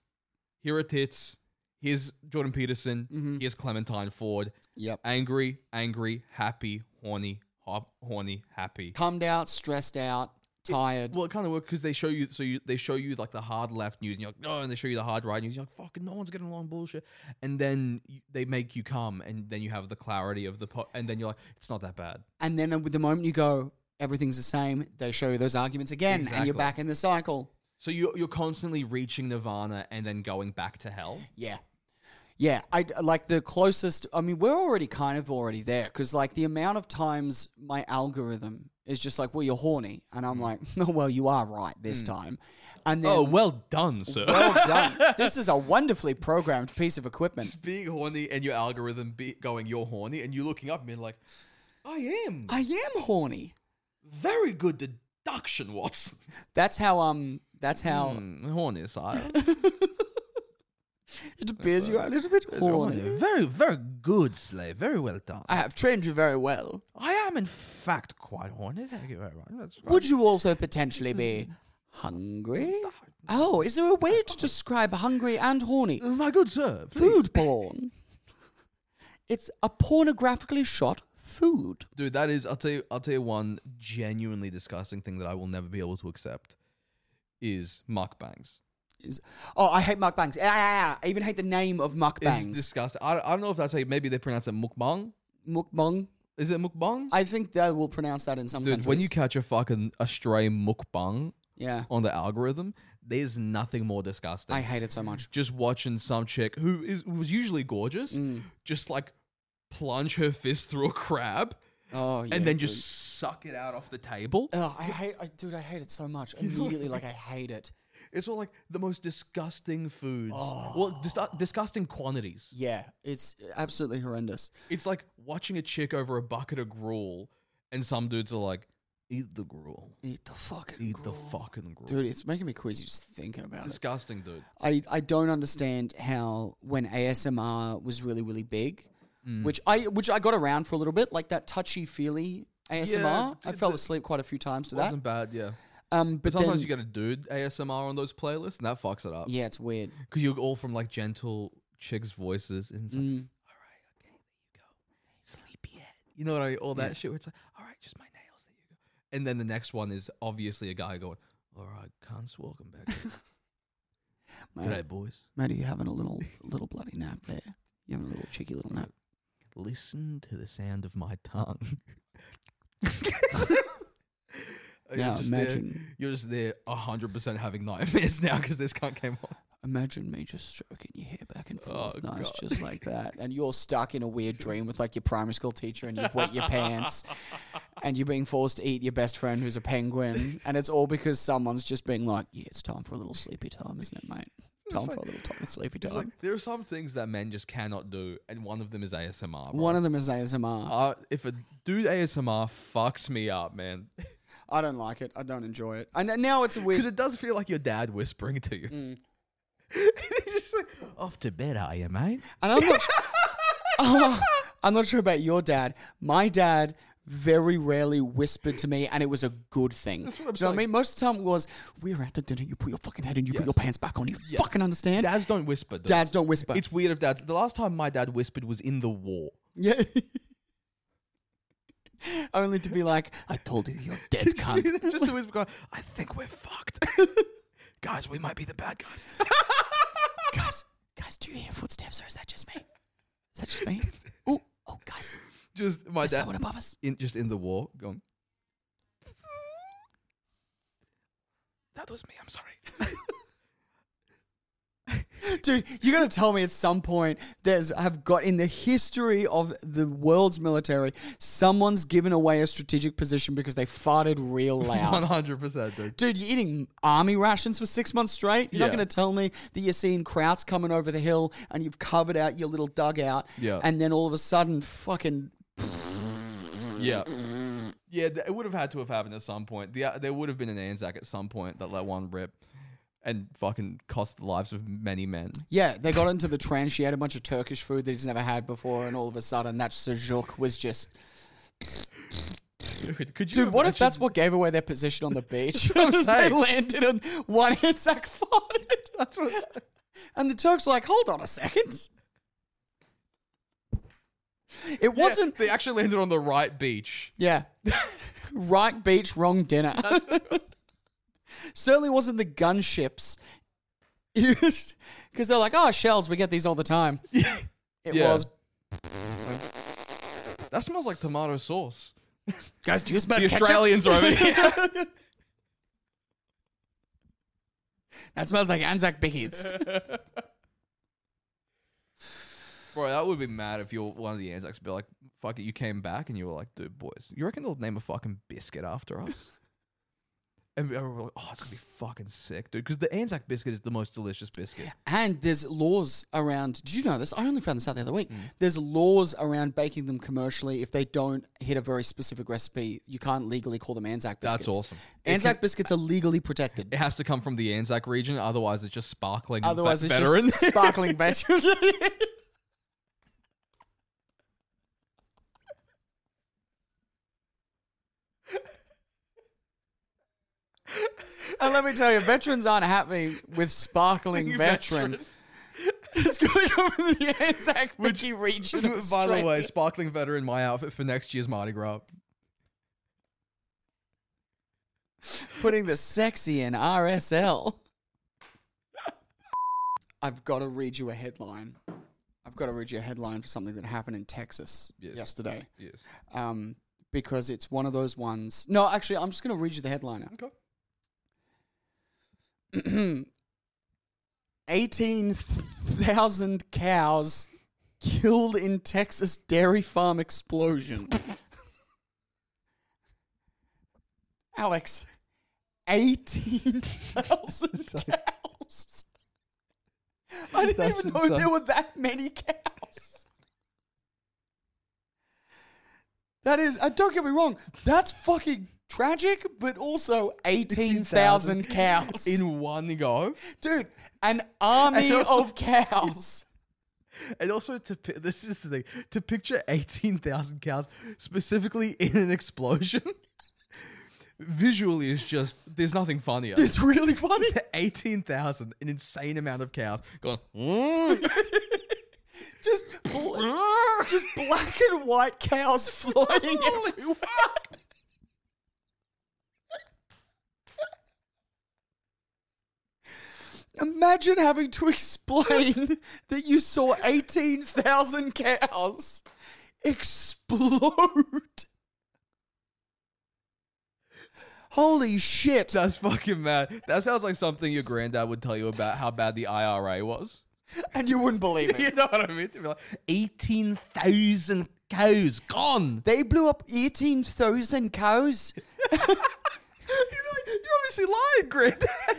here are tits. Here's Jordan Peterson. Mm-hmm. Here's Clementine Ford. Yep. Angry, angry, happy, horny, hop, horny, happy. Cummed out, stressed out, tired. Well, it kind of works because they show you, so you they show you like the hard left news, and you're like, oh, and they show you the hard right news, and you're like, fucking, no one's getting along, bullshit. And then you, they make you come, and then you have the clarity of the, po- and then you're like, it's not that bad. and then uh, with the moment you go, everything's the same, they show you those arguments again and Exactly. you're back in the cycle. So you're you're constantly reaching nirvana and then going back to hell. Yeah. Yeah, I like the closest. I mean, we're already kind of already there because, like, the amount of times Mm. <laughs> "Oh, my algorithm is just like, "Well, you're horny," and I'm like, "No, well, you are right this time," And then, Oh, well done, sir. Mm. <laughs> well done. This is a wonderfully programmed piece of equipment. Just being horny and your algorithm be going, you're horny, and you looking up and being like, I am. I am horny. Very good deduction, Watson. That's how um. That's how Mm, horny, sire. it appears you are a little bit horny. Very, very good, slave. Very well done. I have trained you very well. I am, in fact, quite horny. Thank you very much. That's Would you also potentially be hungry? Oh, is there a way to describe hungry and horny? you? My good sir. Food porn. It's a pornographically shot food. Dude, that is. I'll tell you. I'll tell you one genuinely disgusting thing that I will never be able to accept is mukbangs. Is- Oh, I hate mukbangs. Ah, I even hate the name of It's mukbangs. disgusting. I, I don't know if that's how. Maybe they pronounce it mukbang. Mukbang. Is it mukbang? I think they will pronounce that in some Dude, countries. when you catch a fucking a stray mukbang yeah, on the algorithm, there's nothing more disgusting. I hate it so <laughs> much. just watching some chick who is who was usually gorgeous, Mm. just like plunge her fist through a crab Oh, yeah, and then dude. just suck it out off the table. Ugh, I hate, I, dude, I hate it so <laughs> much. Immediately, like I hate it. It's all like the most disgusting foods. Oh. Well, dis- disgusting quantities. Yeah, it's absolutely horrendous. It's like watching a chick over a bucket of gruel, and some dudes are like, "Eat the gruel, Eat the fucking eat gruel. the fucking gruel." dude. It's making me queasy just thinking about it. disgusting, dude. I, I don't understand how when ASMR was really really big, Mm. which I which I got around for a little bit, like that touchy feely ASMR. Yeah, I d- fell the- asleep quite a few times to that. Wasn't bad, yeah. Um, but But then, sometimes you get a dude ASMR on those playlists, and that fucks it up. yeah, it's weird. Because you're all from like gentle chicks' voices and it's like, all right, okay, there you go. Sleepyhead. You know what I mean? All that shit where it's like, all right, just my nails, there you go. And then the next one is obviously a guy going, all right, cunts, welcome back. Mate, G'day, boys. matey, you having a little little bloody nap there? You having a little cheeky little <laughs> nap? Listen to the sound of my tongue. <laughs> You're Now just there- imagine- you're just there 100% having nightmares <laughs> now because this cunt came on. Imagine me just stroking your hair back and forth, Oh, nice, God. just like <laughs> that. And you're stuck in a weird dream with like your primary school teacher, and you've wet your <laughs> pants, and you're being forced to eat your best friend who's a penguin, and it's all because someone's just being like, "Yeah, it's time for a little sleepy time, isn't it, mate? Time for a little time of sleepy It's time." like, there are some things that men just cannot do, and one of them is ASMR. bro. One of them is ASMR. Uh, if a dude ASMR fucks me <laughs> up, man, I don't like it. I don't enjoy it. And now it's a because weird. it does feel like your dad whispering to you. Mm. <laughs> He's just like, off to bed, are you, mate? And I'm <laughs> not. Oh, I'm not sure about your dad. My dad very rarely whispered to me, and it was a good thing. That's what I'm Do you know what I saying. mean? Most of the time it was, we're out to dinner, you put your fucking head in, you put your pants back on, you fucking understand? Dads don't whisper. Dude. Dads don't whisper. It's weird if dads. The last time my dad whispered was in the war. <laughs> yeah. Only to be like, I told you, you're dead cunt. <laughs> just a whisper. Going, I think we're fucked, <laughs> guys. We might be the bad guys. <laughs> guys, guys, do you hear footsteps, or is that just me? Is that just <laughs> me? Oh, oh, guys, just my there's dad. someone above us. in just in the war <laughs> going. That was me. I'm sorry. Dude, you gotta tell me at some point there's I've got in the history of the world's military, someone's given away a strategic position because they farted <laughs> real One loud. hundred percent, dude. Dude, you're eating army rations for six months straight. You're not Yeah. gonna tell me that you're seeing Krauts coming over the hill and you've covered out your little dugout, Yeah. and then all of a sudden, fucking Yeah. <laughs> Yeah, th- it would have had to have happened at some point. The, there would have been an Anzac at some point that let one rip and fucking cost the lives of many men. yeah, they got into the trench. He had a bunch of Turkish food that he's never had before, and all of a sudden, that sejuk was just Dude, could you Dude, what if imagine- that's what gave away their position on the beach? <laughs> I'm Because <laughs> they saying. landed and one <laughs> Anzac farted. That's what it's <laughs> like. And the Turks were like, hold on a second. It wasn't, They actually landed on the right beach. yeah. <laughs> right beach, wrong dinner. <laughs> Certainly wasn't the gunships. <laughs> Because they're like, oh, shells, we get these all the time. It Yeah. was, That smells like tomato sauce. guys, do you smell The ketchup? Australians are over here. That smells like Anzac bickies. Bro, that would be mad if you're one of the Anzacs be like, fuck it, you came back and you were like, dude, boys, you reckon they'll name a fucking biscuit after us? And we were like, oh, it's gonna be fucking sick, dude. Because the Anzac biscuit is the most delicious biscuit. And there's laws around. Did you know this? I only found this out the other Mm. week. There's laws around baking them commercially. If they don't hit a very specific recipe, you can't legally call them Anzac That's biscuits. awesome. It Anzac biscuits are legally protected. <laughs> It has to come from the Anzac region, otherwise it's just sparkling ve- Otherwise, it's veteran. just sparkling <laughs> veteran. and let me tell you, veterans aren't happy with <laughs> sparkling veteran. It's going <laughs> over the Anzac Wiki <laughs> region. of By the way, Australia. sparkling veteran, my outfit for next year's Mardi Gras. putting the sexy in RSL. I've got to read you a headline. I've got to read you a headline for something that happened in Texas Yes. yesterday. Yes. Um, because it's one of those ones. No, actually, I'm just going to read you the headliner. Okay. 18,000 cows killed in Texas dairy farm explosion. <laughs> Alex, <laughs> 18,000 cows. I didn't That's even know insane. there were that many cows. That is, uh, don't get me wrong, that's fucking tragic, but also 18,000 cows. <laughs> In one go. Dude, an army And also- of cows. And also to pi- this is the thing to picture eighteen thousand cows specifically in an explosion. <laughs> Visually is just there's nothing funnier. <laughs> It's really funny. <laughs> eighteen thousand, an insane amount of cows going. <laughs> "Mm." Just, <laughs> bl- just black and white <laughs> cows flying everywhere. Imagine having to explain <laughs> that you saw 18,000 cows explode. Holy shit. That's fucking mad. That sounds like something your granddad would tell you about how bad the IRA was. <laughs> And you wouldn't believe it. You know what I mean? They'd be like, 18,000 cows gone. <laughs> They blew up 18,000 cows. You're, like, You're obviously lying, granddad. <laughs>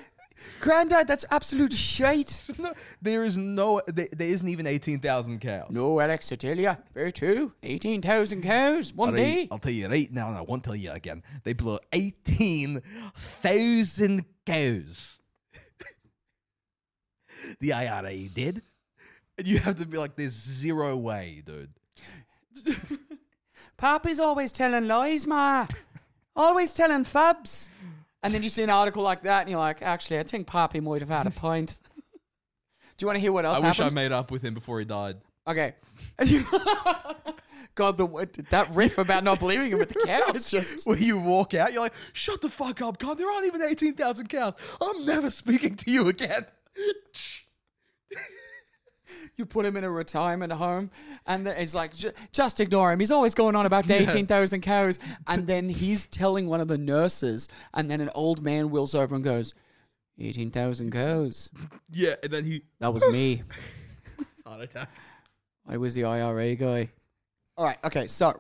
Grandad, that's absolute shite. No, there is no, there, there isn't even 18,000 cows. No, Alex, I tell you, very true. 18,000 cows, one I'll tell, you, day. I'll tell you right now, and I won't tell you again. They blew 18,000 cows. <laughs> the IRA did. And you have to be like, there's zero way, dude. Papa's always telling lies, ma. Always telling fabs. And then you see an article like that and you're like, actually, I think Pappy might have had a point. <laughs> Do you want to hear what else I wish I happened? made up with him before he died. okay. <laughs> God, the word- that riff about not believing him with the cows just <laughs> Where you walk out, you're like, shut the fuck up, cunt. There aren't even 18,000 cows. I'm never speaking to you again. <laughs> You put him in a retirement home, and then it's like, "Ju- just ignore him. He's always going on about the 18,000 cows. And then he's telling one of the nurses, and then an old man wheels over and goes, 18,000 cows. yeah, and then he, That was me. heart attack. I was the IRA guy. All right, okay, so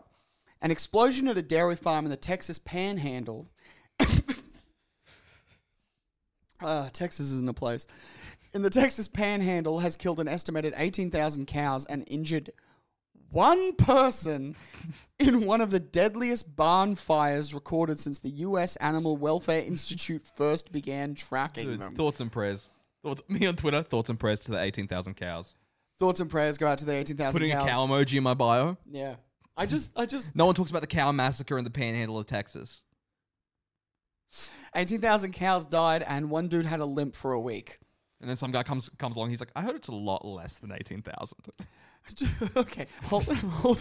an explosion at a dairy farm in the Texas panhandle. <coughs> uh, Texas isn't a place. In the Texas panhandle has killed an estimated 18,000 cows and injured one <laughs> person in one of the deadliest barn fires recorded since the U.S. Animal Welfare Institute first began tracking Dude, them. thoughts and prayers. Thoughts, <laughs> me on Twitter, thoughts and prayers to the 18,000 cows. Thoughts and prayers go out to the 18,000 Putting cows. a cow emoji in my bio. yeah. I just, I just, No one talks about the cow massacre in the panhandle of Texas. 18,000 cows died, and one dude had a limp for a week. <laughs> And then some guy comes comes along, he's like, I heard it's a lot less than <laughs> 18,000. okay, hold, hold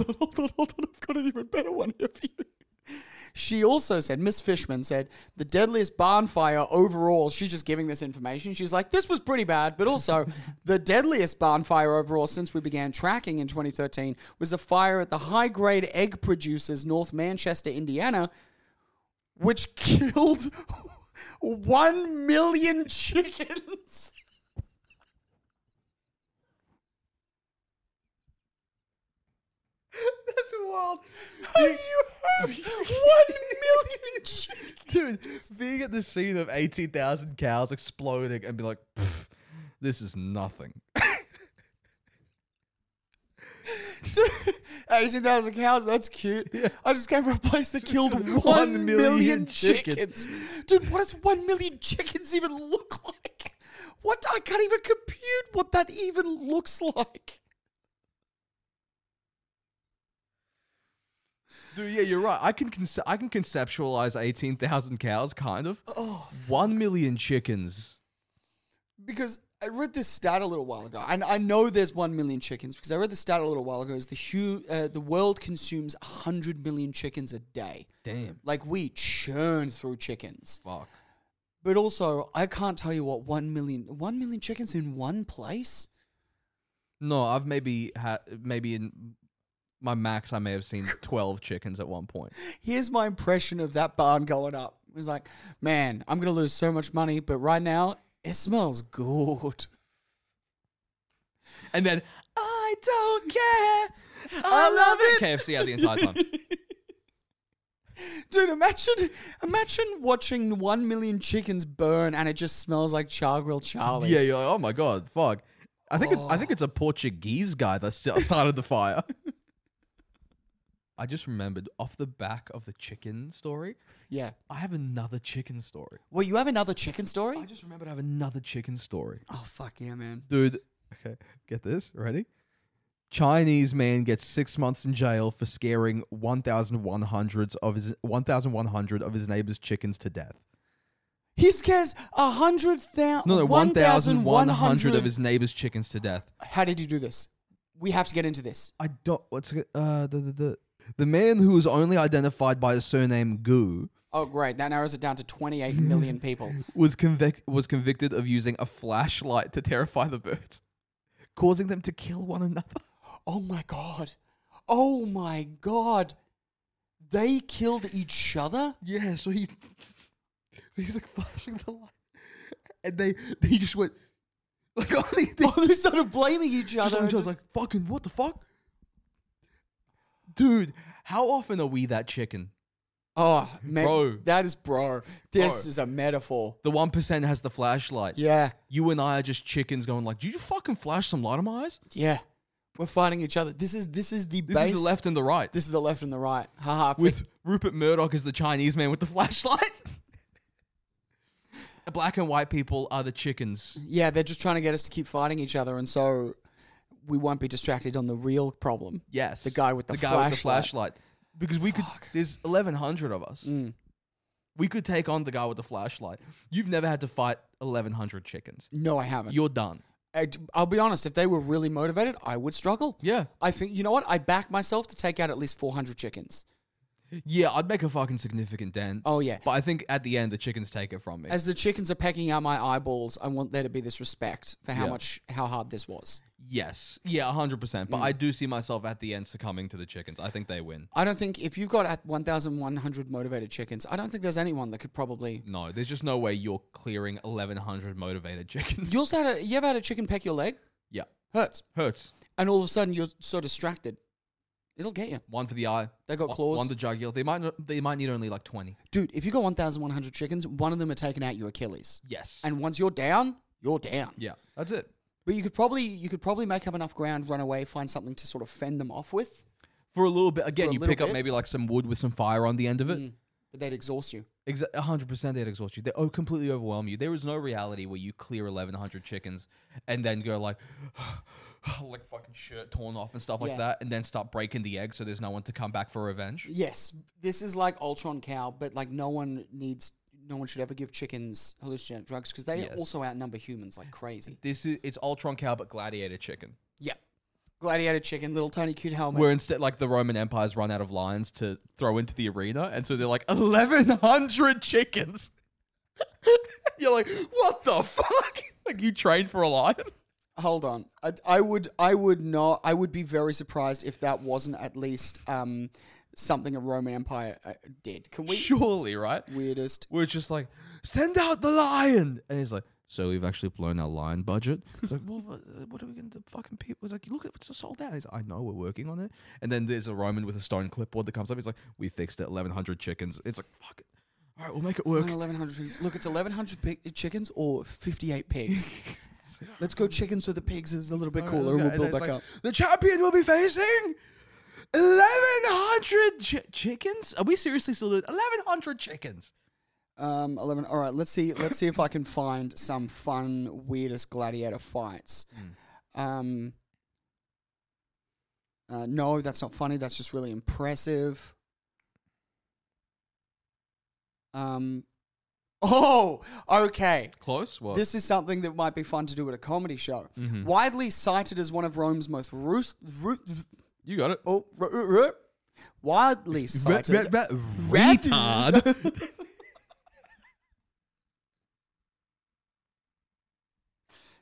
on, hold on, hold on. I've got an even better one here for you. She also said, Miss Fishman said, the deadliest barn fire overall. She's just giving this information. She's like, this was pretty bad, but also the deadliest barn fire overall since we began tracking in 2013 was a fire at the high grade egg producers, North Manchester, Indiana, which <laughs> killed one million chickens. That's wild. <laughs> How do you have one million <laughs> Dude, being at the scene of 18,000 cows exploding and be like, "Pff, this is nothing. Eighteen thousand cows. That's cute. Yeah. I just came from a place that killed <laughs> one, One one million million, chickens. chickens. Dude, what does one million chickens even look like? What I can't even compute what that even looks like. Dude, yeah, you're right. I can conce- I can conceptualize 18,000 cows, kind of. Oh, 1 million chickens. because I read this stat a little while ago, and I know there's one million chickens because I read the stat a little while ago. Is the hu- uh, the world consumes hundred million chickens a day? Damn. Like we churn through chickens. Fuck. But also, I can't tell you what one million one million chickens in one place. No, I've maybe had, maybe in my max, I may have <laughs> seen 12 chickens at one point. Here's my impression of that barn going up. It was like, man, I'm gonna lose so much money, but right now it smells good. <laughs> And then, I don't care. I love it. KFC out the entire time. Dude, imagine imagine watching one million chickens burn and it just smells like char grilled Charlie's. Yeah, you're like, oh my god, fuck. I think it's, I think it's a Portuguese guy that st- <laughs> started the fire. I just remembered off the back of the chicken story. yeah. I have another chicken story. Well, you have another chicken story? I just remembered I have another chicken story, Oh fuck yeah, man. dude. Okay, get this. Ready? Chinese man gets six months in jail for scaring one thousand one hundreds of his one thousand one hundred of his neighbor's chickens to death. He scares a hundred thousand No, no, one thousand one hundred of his neighbor's chickens to death. How did you do this? We have to get into this. I don't. What's it- uh the the the, the man who was only identified by the surname Gu Oh, great. That narrows it down to 28 million people. was convic- was convicted of using a flashlight to terrify the birds, causing them to kill one another. <laughs> Oh my God. Oh my God. They killed each other? <laughs> Yeah, so he he's like flashing the light, and they they just went like <laughs> only they, Oh, they started blaming each just other. on each other, Just- like fucking what the fuck, dude. How often are we that chicken? oh, man. Bro. That is bro. This Bro. is a metaphor. The one percent has the flashlight. Yeah. You and I are just chickens going like, did you fucking flash some light on my eyes? Yeah. We're fighting each other. This is this is the This base. is the left and the right. This is the left and the right. Haha. with Rupert Murdoch as the Chinese man with the <laughs> flashlight. The Black and white people are the chickens. yeah, they're just trying to get us to keep fighting each other, and so we won't be distracted on the real problem. Yes, The guy with the guy with the flashlight. flashlight. Because we could. Fuck. Mm. There's 1,100 of us. We could take on the guy with the flashlight. You've never had to fight 1,100 chickens. No, I haven't. You're done. I- I'll be honest. If they were really motivated, I would struggle. Yeah, I think you know what? I back myself to take out at least 400 chickens. yeah. I'd make a fucking significant dent. Oh yeah. But I think at the end the chickens take it from me. As the chickens are pecking out my eyeballs, I want there to be this respect for how Yeah. much how hard this was. yes, yeah, hundred percent. Mm. But I do see myself at the end succumbing to the chickens. I think they win. I don't think if you've got at 1100 motivated chickens, I don't think there's anyone that could probably No, there's just no way you're clearing 1,100 motivated chickens. You also had a you ever had a chicken peck your leg? <laughs> yeah, Hurts. hurts. And all of a sudden you're so distracted. It'll get you. One for the eye. They got one- claws. One the jugular. They might. not- They might need only like 20. Dude, if you got 1100 chickens, one of them are taking out your Achilles. Yes. And once you're down, you're down. yeah, that's it. But you could probably you could probably make up enough ground, run away, find something to sort of fend them off with, For a little bit. Mm. Again, a you little pick up bit. maybe like some wood with some fire on the end of it. but they'd exhaust you. Exa- 100% they'd exhaust you. They oh, completely overwhelm you. There is no reality where you clear 1,100 chickens and then go like, <sighs> like fucking shirt torn off and stuff like Yeah. that, and then start breaking the egg so there's no one to come back for revenge. Yes, this is like Ultron Cow, but like no one needs, no one should ever give chickens hallucinogenic drugs because they Yes. also outnumber humans like crazy. This is it's Ultron cow but gladiator chicken. Yeah, gladiator chicken, little tiny cute helmet. Where instead, like the Roman Empire's run out of lions to throw into the arena, and so they're like eleven hundred chickens. <laughs> You're like, what the fuck? <laughs> Like you trained for a lion? Hold on, I, I would, I would not, I would be very surprised if that wasn't at least um something a Roman Empire uh, did. Can we <laughs> Surely, right? weirdest? We're just like, send out the lion, and he's like, so we've actually blown our lion budget. It's like, well, what what are we going to fucking people? It's like, look at what's sold out. He's like, I know we're working on it. And then there's a Roman with a stone clipboard that comes up. He's like, we fixed it, eleven hundred chickens. It's like, fuck. It. All right, we'll make it work. Find 1,100 chickens. Look, it's 1,100 pig- chickens or 58 <laughs> pigs. Let's go chickens so the pigs is a little bit All right, cooler let's and go. we'll build And it's back like, up. The champion will be facing 1,100 chi- chickens? Are we seriously still doing 1,100 chickens? Um, 11. All right, let's see. Let's see if I can find some fun, weirdest gladiator fights. Mm. Um, uh, no, that's not funny. That's just really impressive. Um, oh, okay. Close? What? Mm-hmm. This is something that might be fun to do at a comedy show. Widely cited as one of Rome's most ruthless. you got it. oh, ru- ru- ru- <laughs> widely cited. Retard.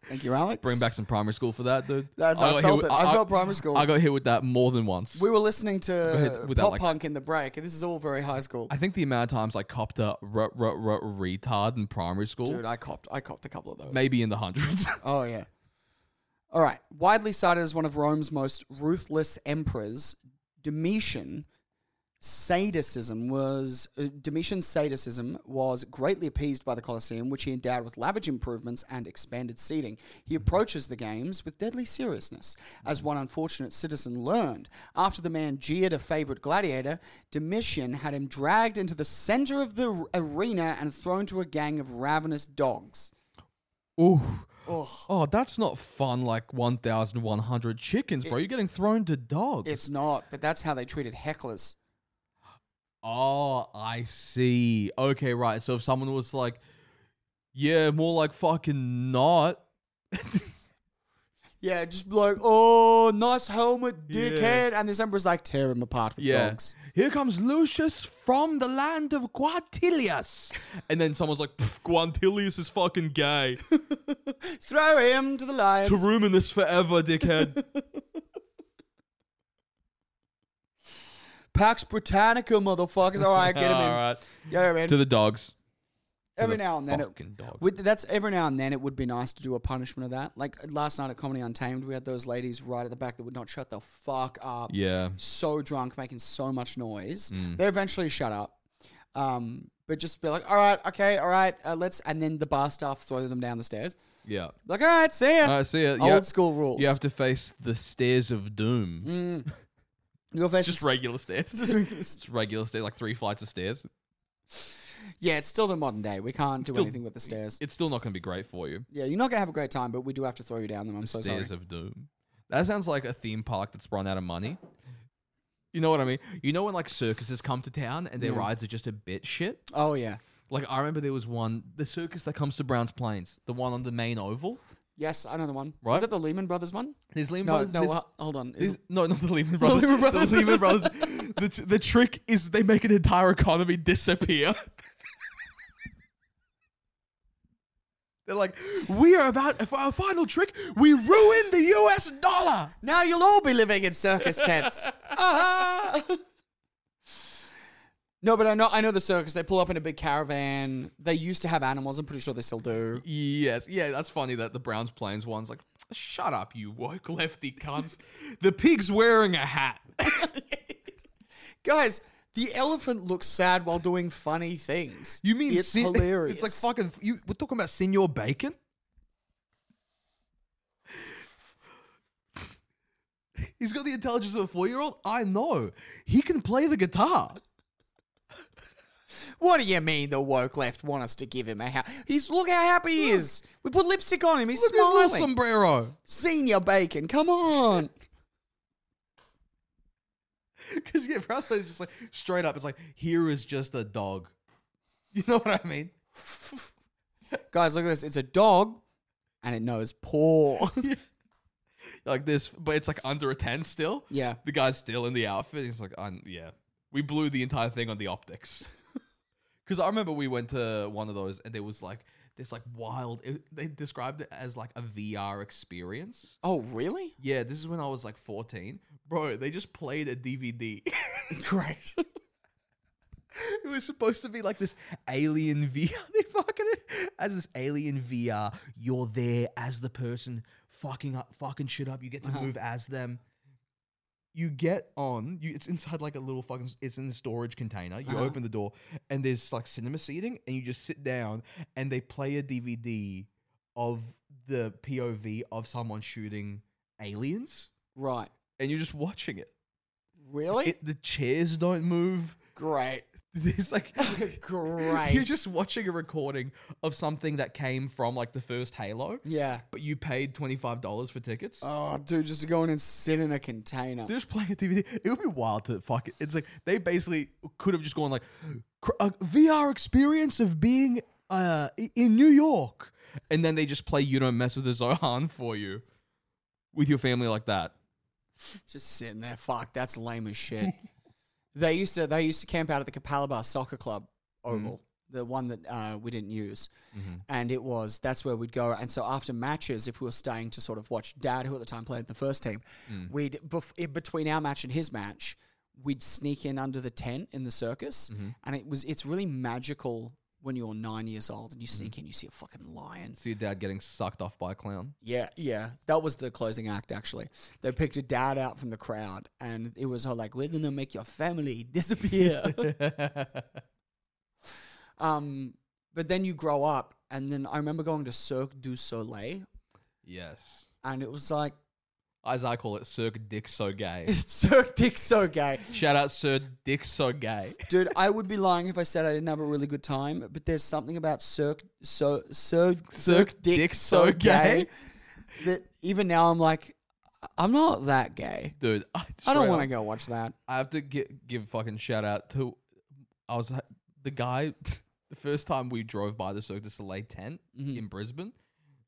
Thank you, Alex. Bring back some primary school for that, dude. That's- I got hit felt with- it. I felt primary school. I got hit with that more than once. We were listening to ahead with that, pop like- punk in the break. and This is all very high school. I think the amount of times I copped a r- r- r- retard in primary school, Dude, I copped. I copped a couple of those. maybe in the hundreds. <laughs> <laughs> Oh yeah. All right. Widely cited as one of Rome's most ruthless emperors, Domitian sadism was uh, Domitian's sadism was greatly appeased by the Colosseum, which he endowed with lavish improvements and expanded seating. He approaches the games with deadly seriousness, as one unfortunate citizen learned. After the man jeered a favorite gladiator, Domitian had him dragged into the center of the r- arena and thrown to a gang of ravenous dogs. Ooh. Ugh. Oh, that's not fun like 1,100 chickens, bro. You're getting thrown to dogs. It's not, but that's how they treated hecklers. Oh, I see. Okay, right. So if someone was like, yeah, more like fucking not. Yeah, just like, oh, nice helmet, Yeah. dickhead. And this emperor's like, tear him apart with Yeah. dogs. Here comes Lucius from the land of Quintilius. <laughs> and then someone's like, "Pff, Quintilius is fucking <laughs> gay. Throw him to the lions. to ruin this forever, <laughs> dickhead. Pax Britannica, motherfuckers. All right, get him in. <laughs> All right. Get him in. To the dogs. To every the now and then. It, Fucking dogs. with, that's every now and then it would be nice to do a punishment of that. Like last night at Comedy Untamed, we had those ladies right at the back that would not shut the fuck up. yeah. so drunk, making so much noise. Mm. They eventually shut up. Um, but just be like, all right, okay, all right, uh, let's. And then the bar staff throw them down the stairs. <laughs> Yeah. Like, all right, see ya. I see it. Old school rules. Uh, You have to face the stairs of doom. Your face Just is- regular <laughs> stairs. Just, Mm. regular- regular stairs, like three flights of stairs. yeah, it's still the modern day. We can't do Still- anything with the stairs. It's still not going to be great for you. Yeah, you're not gonna have a great time, but we do have to throw you down them. I'm so sorry. Stairs of Doom. That sounds like a theme park that's run out of money. You know what I mean? You know when like circuses come to town and their rides are just a bit shit? Oh yeah. Like I remember there was one, the circus that comes to Browns Plains, the one on the main oval. Yes, I know the one. Right? Is that the Lehman Brothers one? There's Lehman No, Brothers. no. there's- uh, hold on. Is there's- no, not the <laughs> Lehman Brothers. Lehman Brothers. The Lehman Brothers. the, tr- the trick is they make an entire economy disappear. <laughs> They're like, we are about for our final trick. We ruin the U.S. dollar. Now you'll all be living in circus tents. Ah. no, but I know I know the circus. They pull up in a big caravan. They used to have animals. I'm pretty sure they still do. Yes, yeah, that's funny that the Browns Plains one's like, shut up, you woke lefty cunts. the pig's wearing a hat. <laughs> Guys, the elephant looks sad while doing funny things. You <laughs> mean it's Sen- hilarious? <laughs> It's like fucking. You, we're talking about Senor Bacon. <laughs> He's got the intelligence of a four-year-old. I know he can play the guitar. What do you mean the woke left want us to give him a house? He's look how happy he is. We put lipstick on him. He's Look at his smiling. little sombrero. <laughs> Senior bacon. Come on. Because yeah, Browns Plains is just like straight up. It's like here is just a dog. <laughs> You know what I mean? Guys, look at this. It's a dog and it knows paw. <laughs> like this, but it's like under a 10 still. Yeah. The guy's still in the outfit. He's like, i yeah. We blew the entire thing on the optics. Because I remember we went to one of those and there was like this like wild, it, they described it as like a VR experience. oh, really? Yeah, this is when I was like 14. Bro, they just played a <laughs> DVD. <laughs> Great. it was supposed to be like this alien <laughs> VR. They fucking it as this alien VR. You're Uh-huh. there as the person fucking up, fucking shit up. You get to move as them. you get on. You, it's inside like a little fucking. It's in a storage container. You Uh-huh. open the door, and there's like cinema seating, and you just sit down, and they play a DVD of the POV of someone shooting aliens, Right. and you're just watching it. Really? it the chairs don't move. <laughs> Great. There's like <laughs> <laughs> Great. You're just watching a recording of something that came from like the first Halo, Yeah. but you paid twenty five dollars for tickets. Oh, dude, just to go in and sit in a container. Uh, They're just playing a DVD. It would be wild to fuck it. It's like they basically could have just gone like "Cr- a VR experience of being uh i- in New York, and then they just play "You Don't Mess with the Zohan" for you with your family like that. Just sitting there. Fuck, that's lame as shit. <laughs> they used to they used to camp out at the Capalabar Soccer Club Oval, the one that uh, we didn't use, and it was that's where we'd go. And so after matches, if we were staying to sort of watch Dad, who at the time played in the first team, we'd bef- in between our match and his match, we'd sneak in under the tent in the circus, and it was it's really magical when you're nine years old and you sneak in, you see a fucking lion. See your dad getting sucked off by a clown. <laughs> Yeah, yeah. That was the closing act, actually. They picked a dad out from the crowd, and it was all like, we're going to make your family <laughs> disappear. um, but then you grow up, and then I remember going to Cirque du Soleil, yes, and it was like, <laughs> as I call it, Sir Dick so gay. Cirque Dick's so gay. Shout out Sir Dick so gay. Dude, I would be lying if I said I didn't have a really good time, but there's something about Cirque, so, Cirque, Cirque Dick, so gay that even now I'm like, "I- I'm not that gay. Dude, I don't want to to go watch that. I have to get, give fucking shout out to. I was the guy. <laughs> The first time we drove by the Cirque du Soleil tent Mm-hmm. in Brisbane,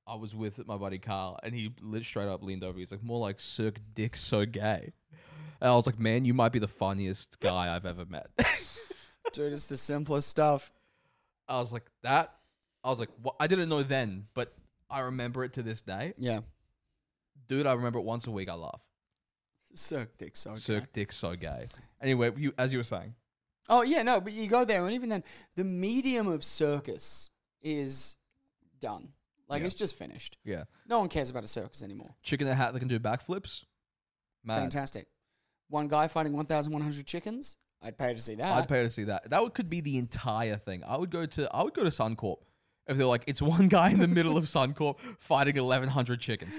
I was with my buddy Carl, and he lit straight up leaned over. He's like, "More like Cirque Dick, so gay." And I was like, "Man, you might be the funniest guy I've ever <laughs> met." Dude, it's the simplest stuff. I was like, "That." I was like, "What?" I didn't know then, but I remember it to this day, Yeah. dude. I remember it once a week. I laugh. Cirque Dick Cirque. Cirque Dick, so gay. Anyway, you as you were saying, Oh, yeah, no, but you go there, and even then, the medium of circus is done. Like, Yeah. it's just finished. yeah, No one cares about a circus anymore. chicken in a hat that can do backflips. Man, Fantastic. One guy fighting 1,100 chickens. I'd pay to see that. I'd pay to see that. That would, could be the entire thing. I would go to I would go to Suncorp if they're like it's one guy in the middle of Suncorp fighting eleven hundred chickens.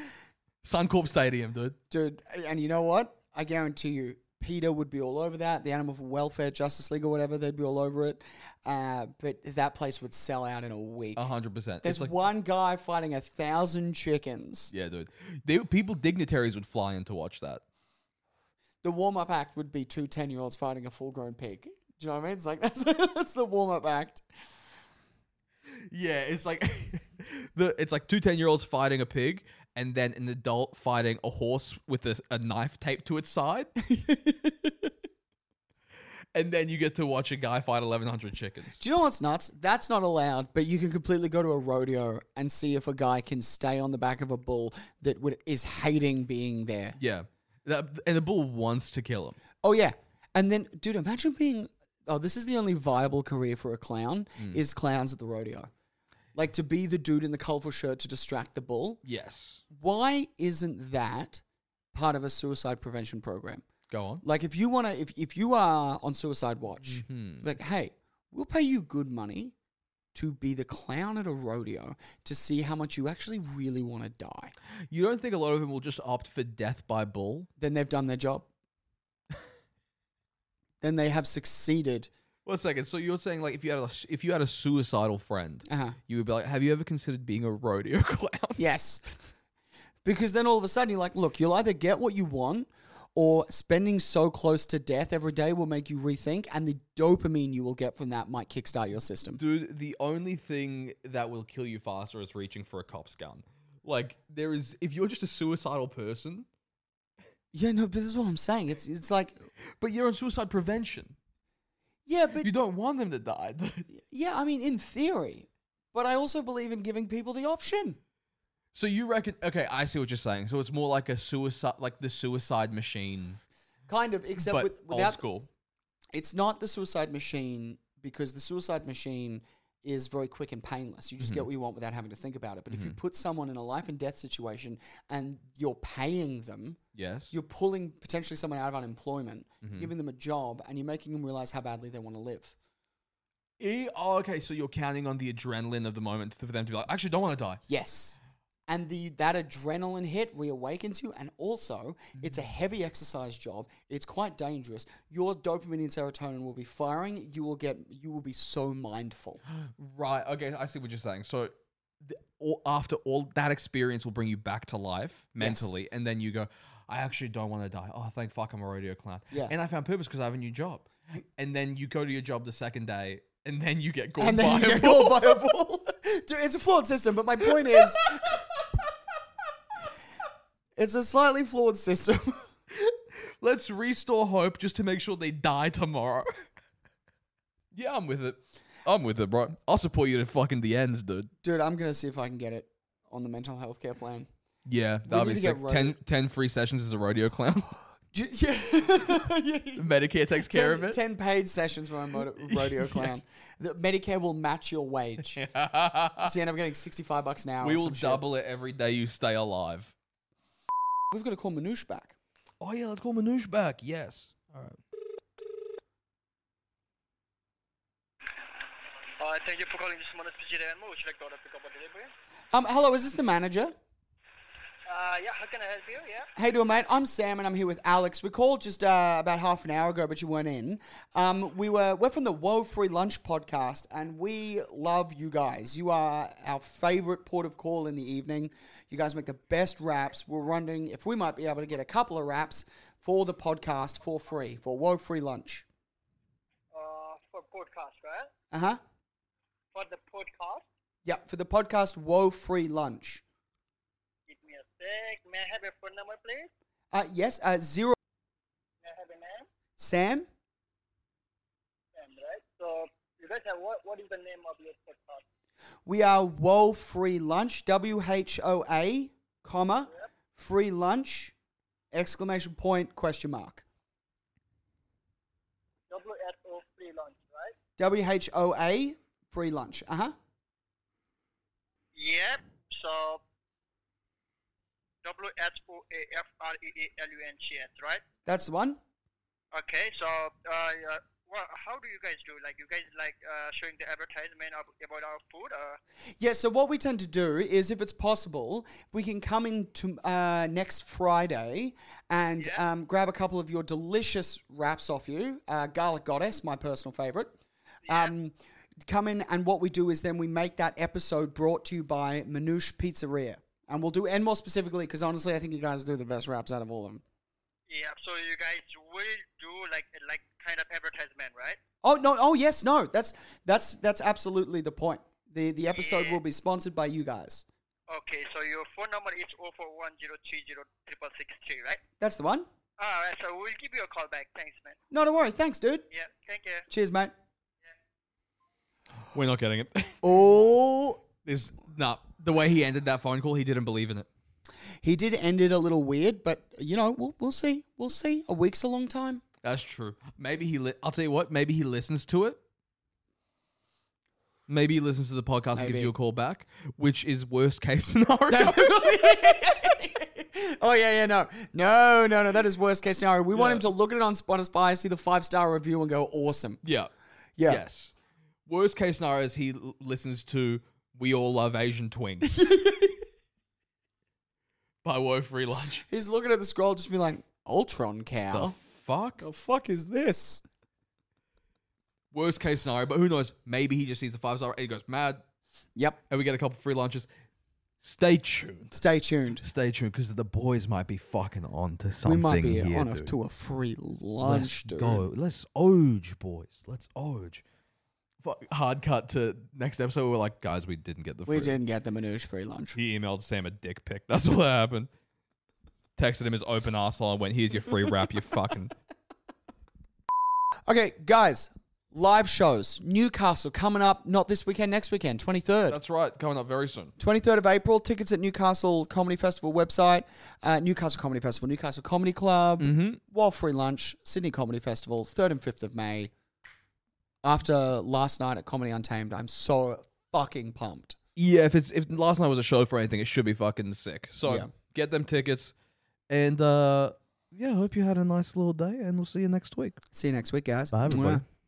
Suncorp Stadium, dude. Dude, and you know what? I guarantee you, Peter would be all over that. The Animal Welfare Justice League or whatever, they'd be all over it. Uh, but that place would sell out in a week. A hundred percent. Oh, It's There's like one guy fighting a thousand chickens. yeah, dude. They, people dignitaries would fly in to watch that. the warm up act would be two 10 year olds fighting a full grown pig. Do you know what I mean? It's like <laughs> that's, that's the warm up act. Yeah, it's like <laughs> the it's like two 10 year olds fighting a pig, and then an adult fighting a horse with a, a knife taped to its side. <laughs> and then you get to watch a guy fight eleven hundred chickens. Do you know what's nuts? That's not allowed, but you can completely go to a rodeo and see if a guy can stay on the back of a bull that would, is hating being there. Yeah. That, and the bull wants to kill him. Oh, yeah. And then, dude, imagine being. Oh, this is the only viable career for a clown is clowns at the rodeo. Like to be the dude in the colorful shirt to distract the bull. Yes. Why isn't that part of a suicide prevention program? Go on. Like if you want to, if, if you are on suicide watch, like, hey, we'll pay you good money to be the clown at a rodeo to see how much you actually really want to die. You don't think a lot of them will just opt for death by bull? Then they've done their job. then they have succeeded. One second. So you're saying like if you had a if you had a suicidal friend, Uh-huh. you would be like, have you ever considered being a rodeo <laughs> clown? Yes. Because then all of a sudden you're like, look, you'll either get what you want or spending so close to death every day will make you rethink, and the dopamine you will get from that might kickstart your system. Dude, the only thing that will kill you faster is reaching for a cop's gun. Like there is, if you're just a suicidal person, Yeah, no, but this is what I'm saying. It's it's like, but you're on suicide prevention, yeah, but you don't want them to die. dude. Yeah, I mean, in theory. But I also believe in giving people the option. so you reckon? Okay, I see what you're saying. So it's more like a suicide, like the suicide machine, Kind of, except but with, old without. school. It's not the suicide machine because the suicide machine is very quick and painless. You just Mm-hmm. get what you want without having to think about it. But if you put someone in a life and death situation and you're paying them Yes. You're pulling potentially someone out of unemployment, Mhm. giving them a job, and you're making them realize how badly they want to live. E- oh, okay, so you're counting on the adrenaline of the moment for them to be like, I actually don't want to die. Yes. And the that adrenaline hit reawakens you, and also it's a heavy exercise job. It's quite dangerous. Your dopamine and serotonin will be firing. You will get you will be so <gasps> mindful. Right. Okay, I see what you're saying. So the, all, after all that experience will bring you back to life mentally, and then you go, I actually don't want to die. Oh, thank fuck, I'm a rodeo clown. Yeah. And I found purpose because I have a new job. And then you go to your job the second day, and then you get caught And by then you a get <laughs> ball. caught by a ball. Dude, it's a flawed system, but my point <laughs> is it's a slightly flawed system. <laughs> <laughs> Let's restore hope just to make sure they die tomorrow. <laughs> yeah, I'm with it. I'm with it, bro. I'll support you to fucking the ends, dude. Dude, I'm gonna see if I can get it on the mental health care <laughs> plan. Yeah, that'll need be to get sick. 10, 10 free sessions as a rodeo clown. <laughs> Do you- <laughs> yeah. yeah. Medicare takes care of Ten- it. Ten paid sessions where I'm <laughs> moto- rodeo clown. The Medicare will match your wage. so you end up getting 65 bucks an hour. we or will some shit. double it every day you stay alive. We've got to call Manoush back. Oh yeah, let's call Manoush back. Yes. All right. Uh, thank you for calling this morning's PG Demo. Would you like to order pick up or delivery? Um, hello, is this the manager? Uh, yeah, how can I help you? Yeah. Hey, doing mate. I'm Sam, and I'm here with Alex. We called just uh, about half an hour ago, but you weren't in. Um, we were we're from the Woe Free Lunch podcast, and we love you guys. You are our favorite port of call in the evening. You guys make the best wraps. We're wondering if we might be able to get a couple of wraps for the podcast for free for Woe Free Lunch. Uh, for podcast, right? Uh huh. For the podcast, Yep, for the podcast Woe Free Lunch. give me a sec. May I have your phone number, please? Uh, yes, uh, zero May I have your name? Sam. Sam, right? So, you guys have what? What is the name of your podcast? We are Woe Free Lunch, W H O A, comma, free lunch, exclamation point, question mark. WSO Free Launch, right? W H O A, free lunch. Uh huh. Yep. So, W S O A F R E A L U N C S, right? That's the one. Okay, so uh, yeah, well, how do you guys do? Like, you guys like uh, showing the advertisement of, about our food? uh, Or? Yeah, so what we tend to do is, if it's possible, we can come in to, uh, next Friday and Yeah. um, grab a couple of your delicious wraps off you. Uh, Garlic Goddess, my personal favorite. Um, come in, and what we do is then we make that episode brought to you by Manoush Pizzeria. And we'll do, and more specifically, because honestly, I think you guys do the best wraps out of all of them. Yeah, so you guys will do like like kind of advertisement, right? Oh no! Oh yes, no. That's that's that's absolutely the point. The the episode Yeah. will be sponsored by you guys. Okay, so your phone number is 0410303663, right? That's the one. All right, so we'll give you a call back. Thanks, man. No, don't worry. Thanks, dude. Yeah, thank you. Cheers, mate. We're not getting it. <laughs> Oh, There's nah. The way he ended that phone call, he didn't believe in it. he did end it a little weird, but you know, we'll, we'll see. We'll see. A week's a long time. That's true. Maybe he. Li- I'll tell you what. Maybe he listens to it. Maybe he listens to the podcast and Maybe. gives you a call back, which is worst case <laughs> scenario. <laughs> oh yeah, yeah, no, no, no, no. That is worst case scenario. We want him to look at it on Spotify, see the five star review, and go awesome. yeah. Yeah. Yes. Worst case scenario is he l- listens to "We All Love Asian Twins" <laughs> by Woe Free Lunch. <laughs> He's looking at the scroll, just be like, Ultron The cow. fuck? The fuck is this? Worst case scenario, but who knows? Maybe he just sees the five star and he goes mad, Yep. and we get a couple free lunches. Stay tuned. Stay tuned. Stay tuned, because the boys might be fucking on to We something. might be here, on a, dude. to a free Let's lunch, dude. go. Let's oge, boys. Let's oge. Fuck, Hard cut to next episode. We're like, guys, we didn't get the. We free- didn't get the Manouche free lunch. He emailed Sam a dick pic. <laughs> That's what happened. Texted him his open arsehole and went, "Here's your free wrap. You fucking." Okay, guys, live shows. Newcastle coming up, not this weekend, next weekend, 23rd. <laughs> That's right. Coming up very soon. 23rd of April, tickets at Newcastle Comedy Festival website, uh, Newcastle Comedy Festival, Newcastle Comedy Club, While Free Lunch, Sydney Comedy Festival, 3rd and 5th of May. After last night at Comedy Untamed, I'm so fucking pumped. Yeah, if it's if last night was a show for anything, it should be fucking sick. So Yeah. get them tickets. And uh, yeah, hope you had a nice little day, and we'll see you next week. See you next week, guys. Bye, everybody. Mwah.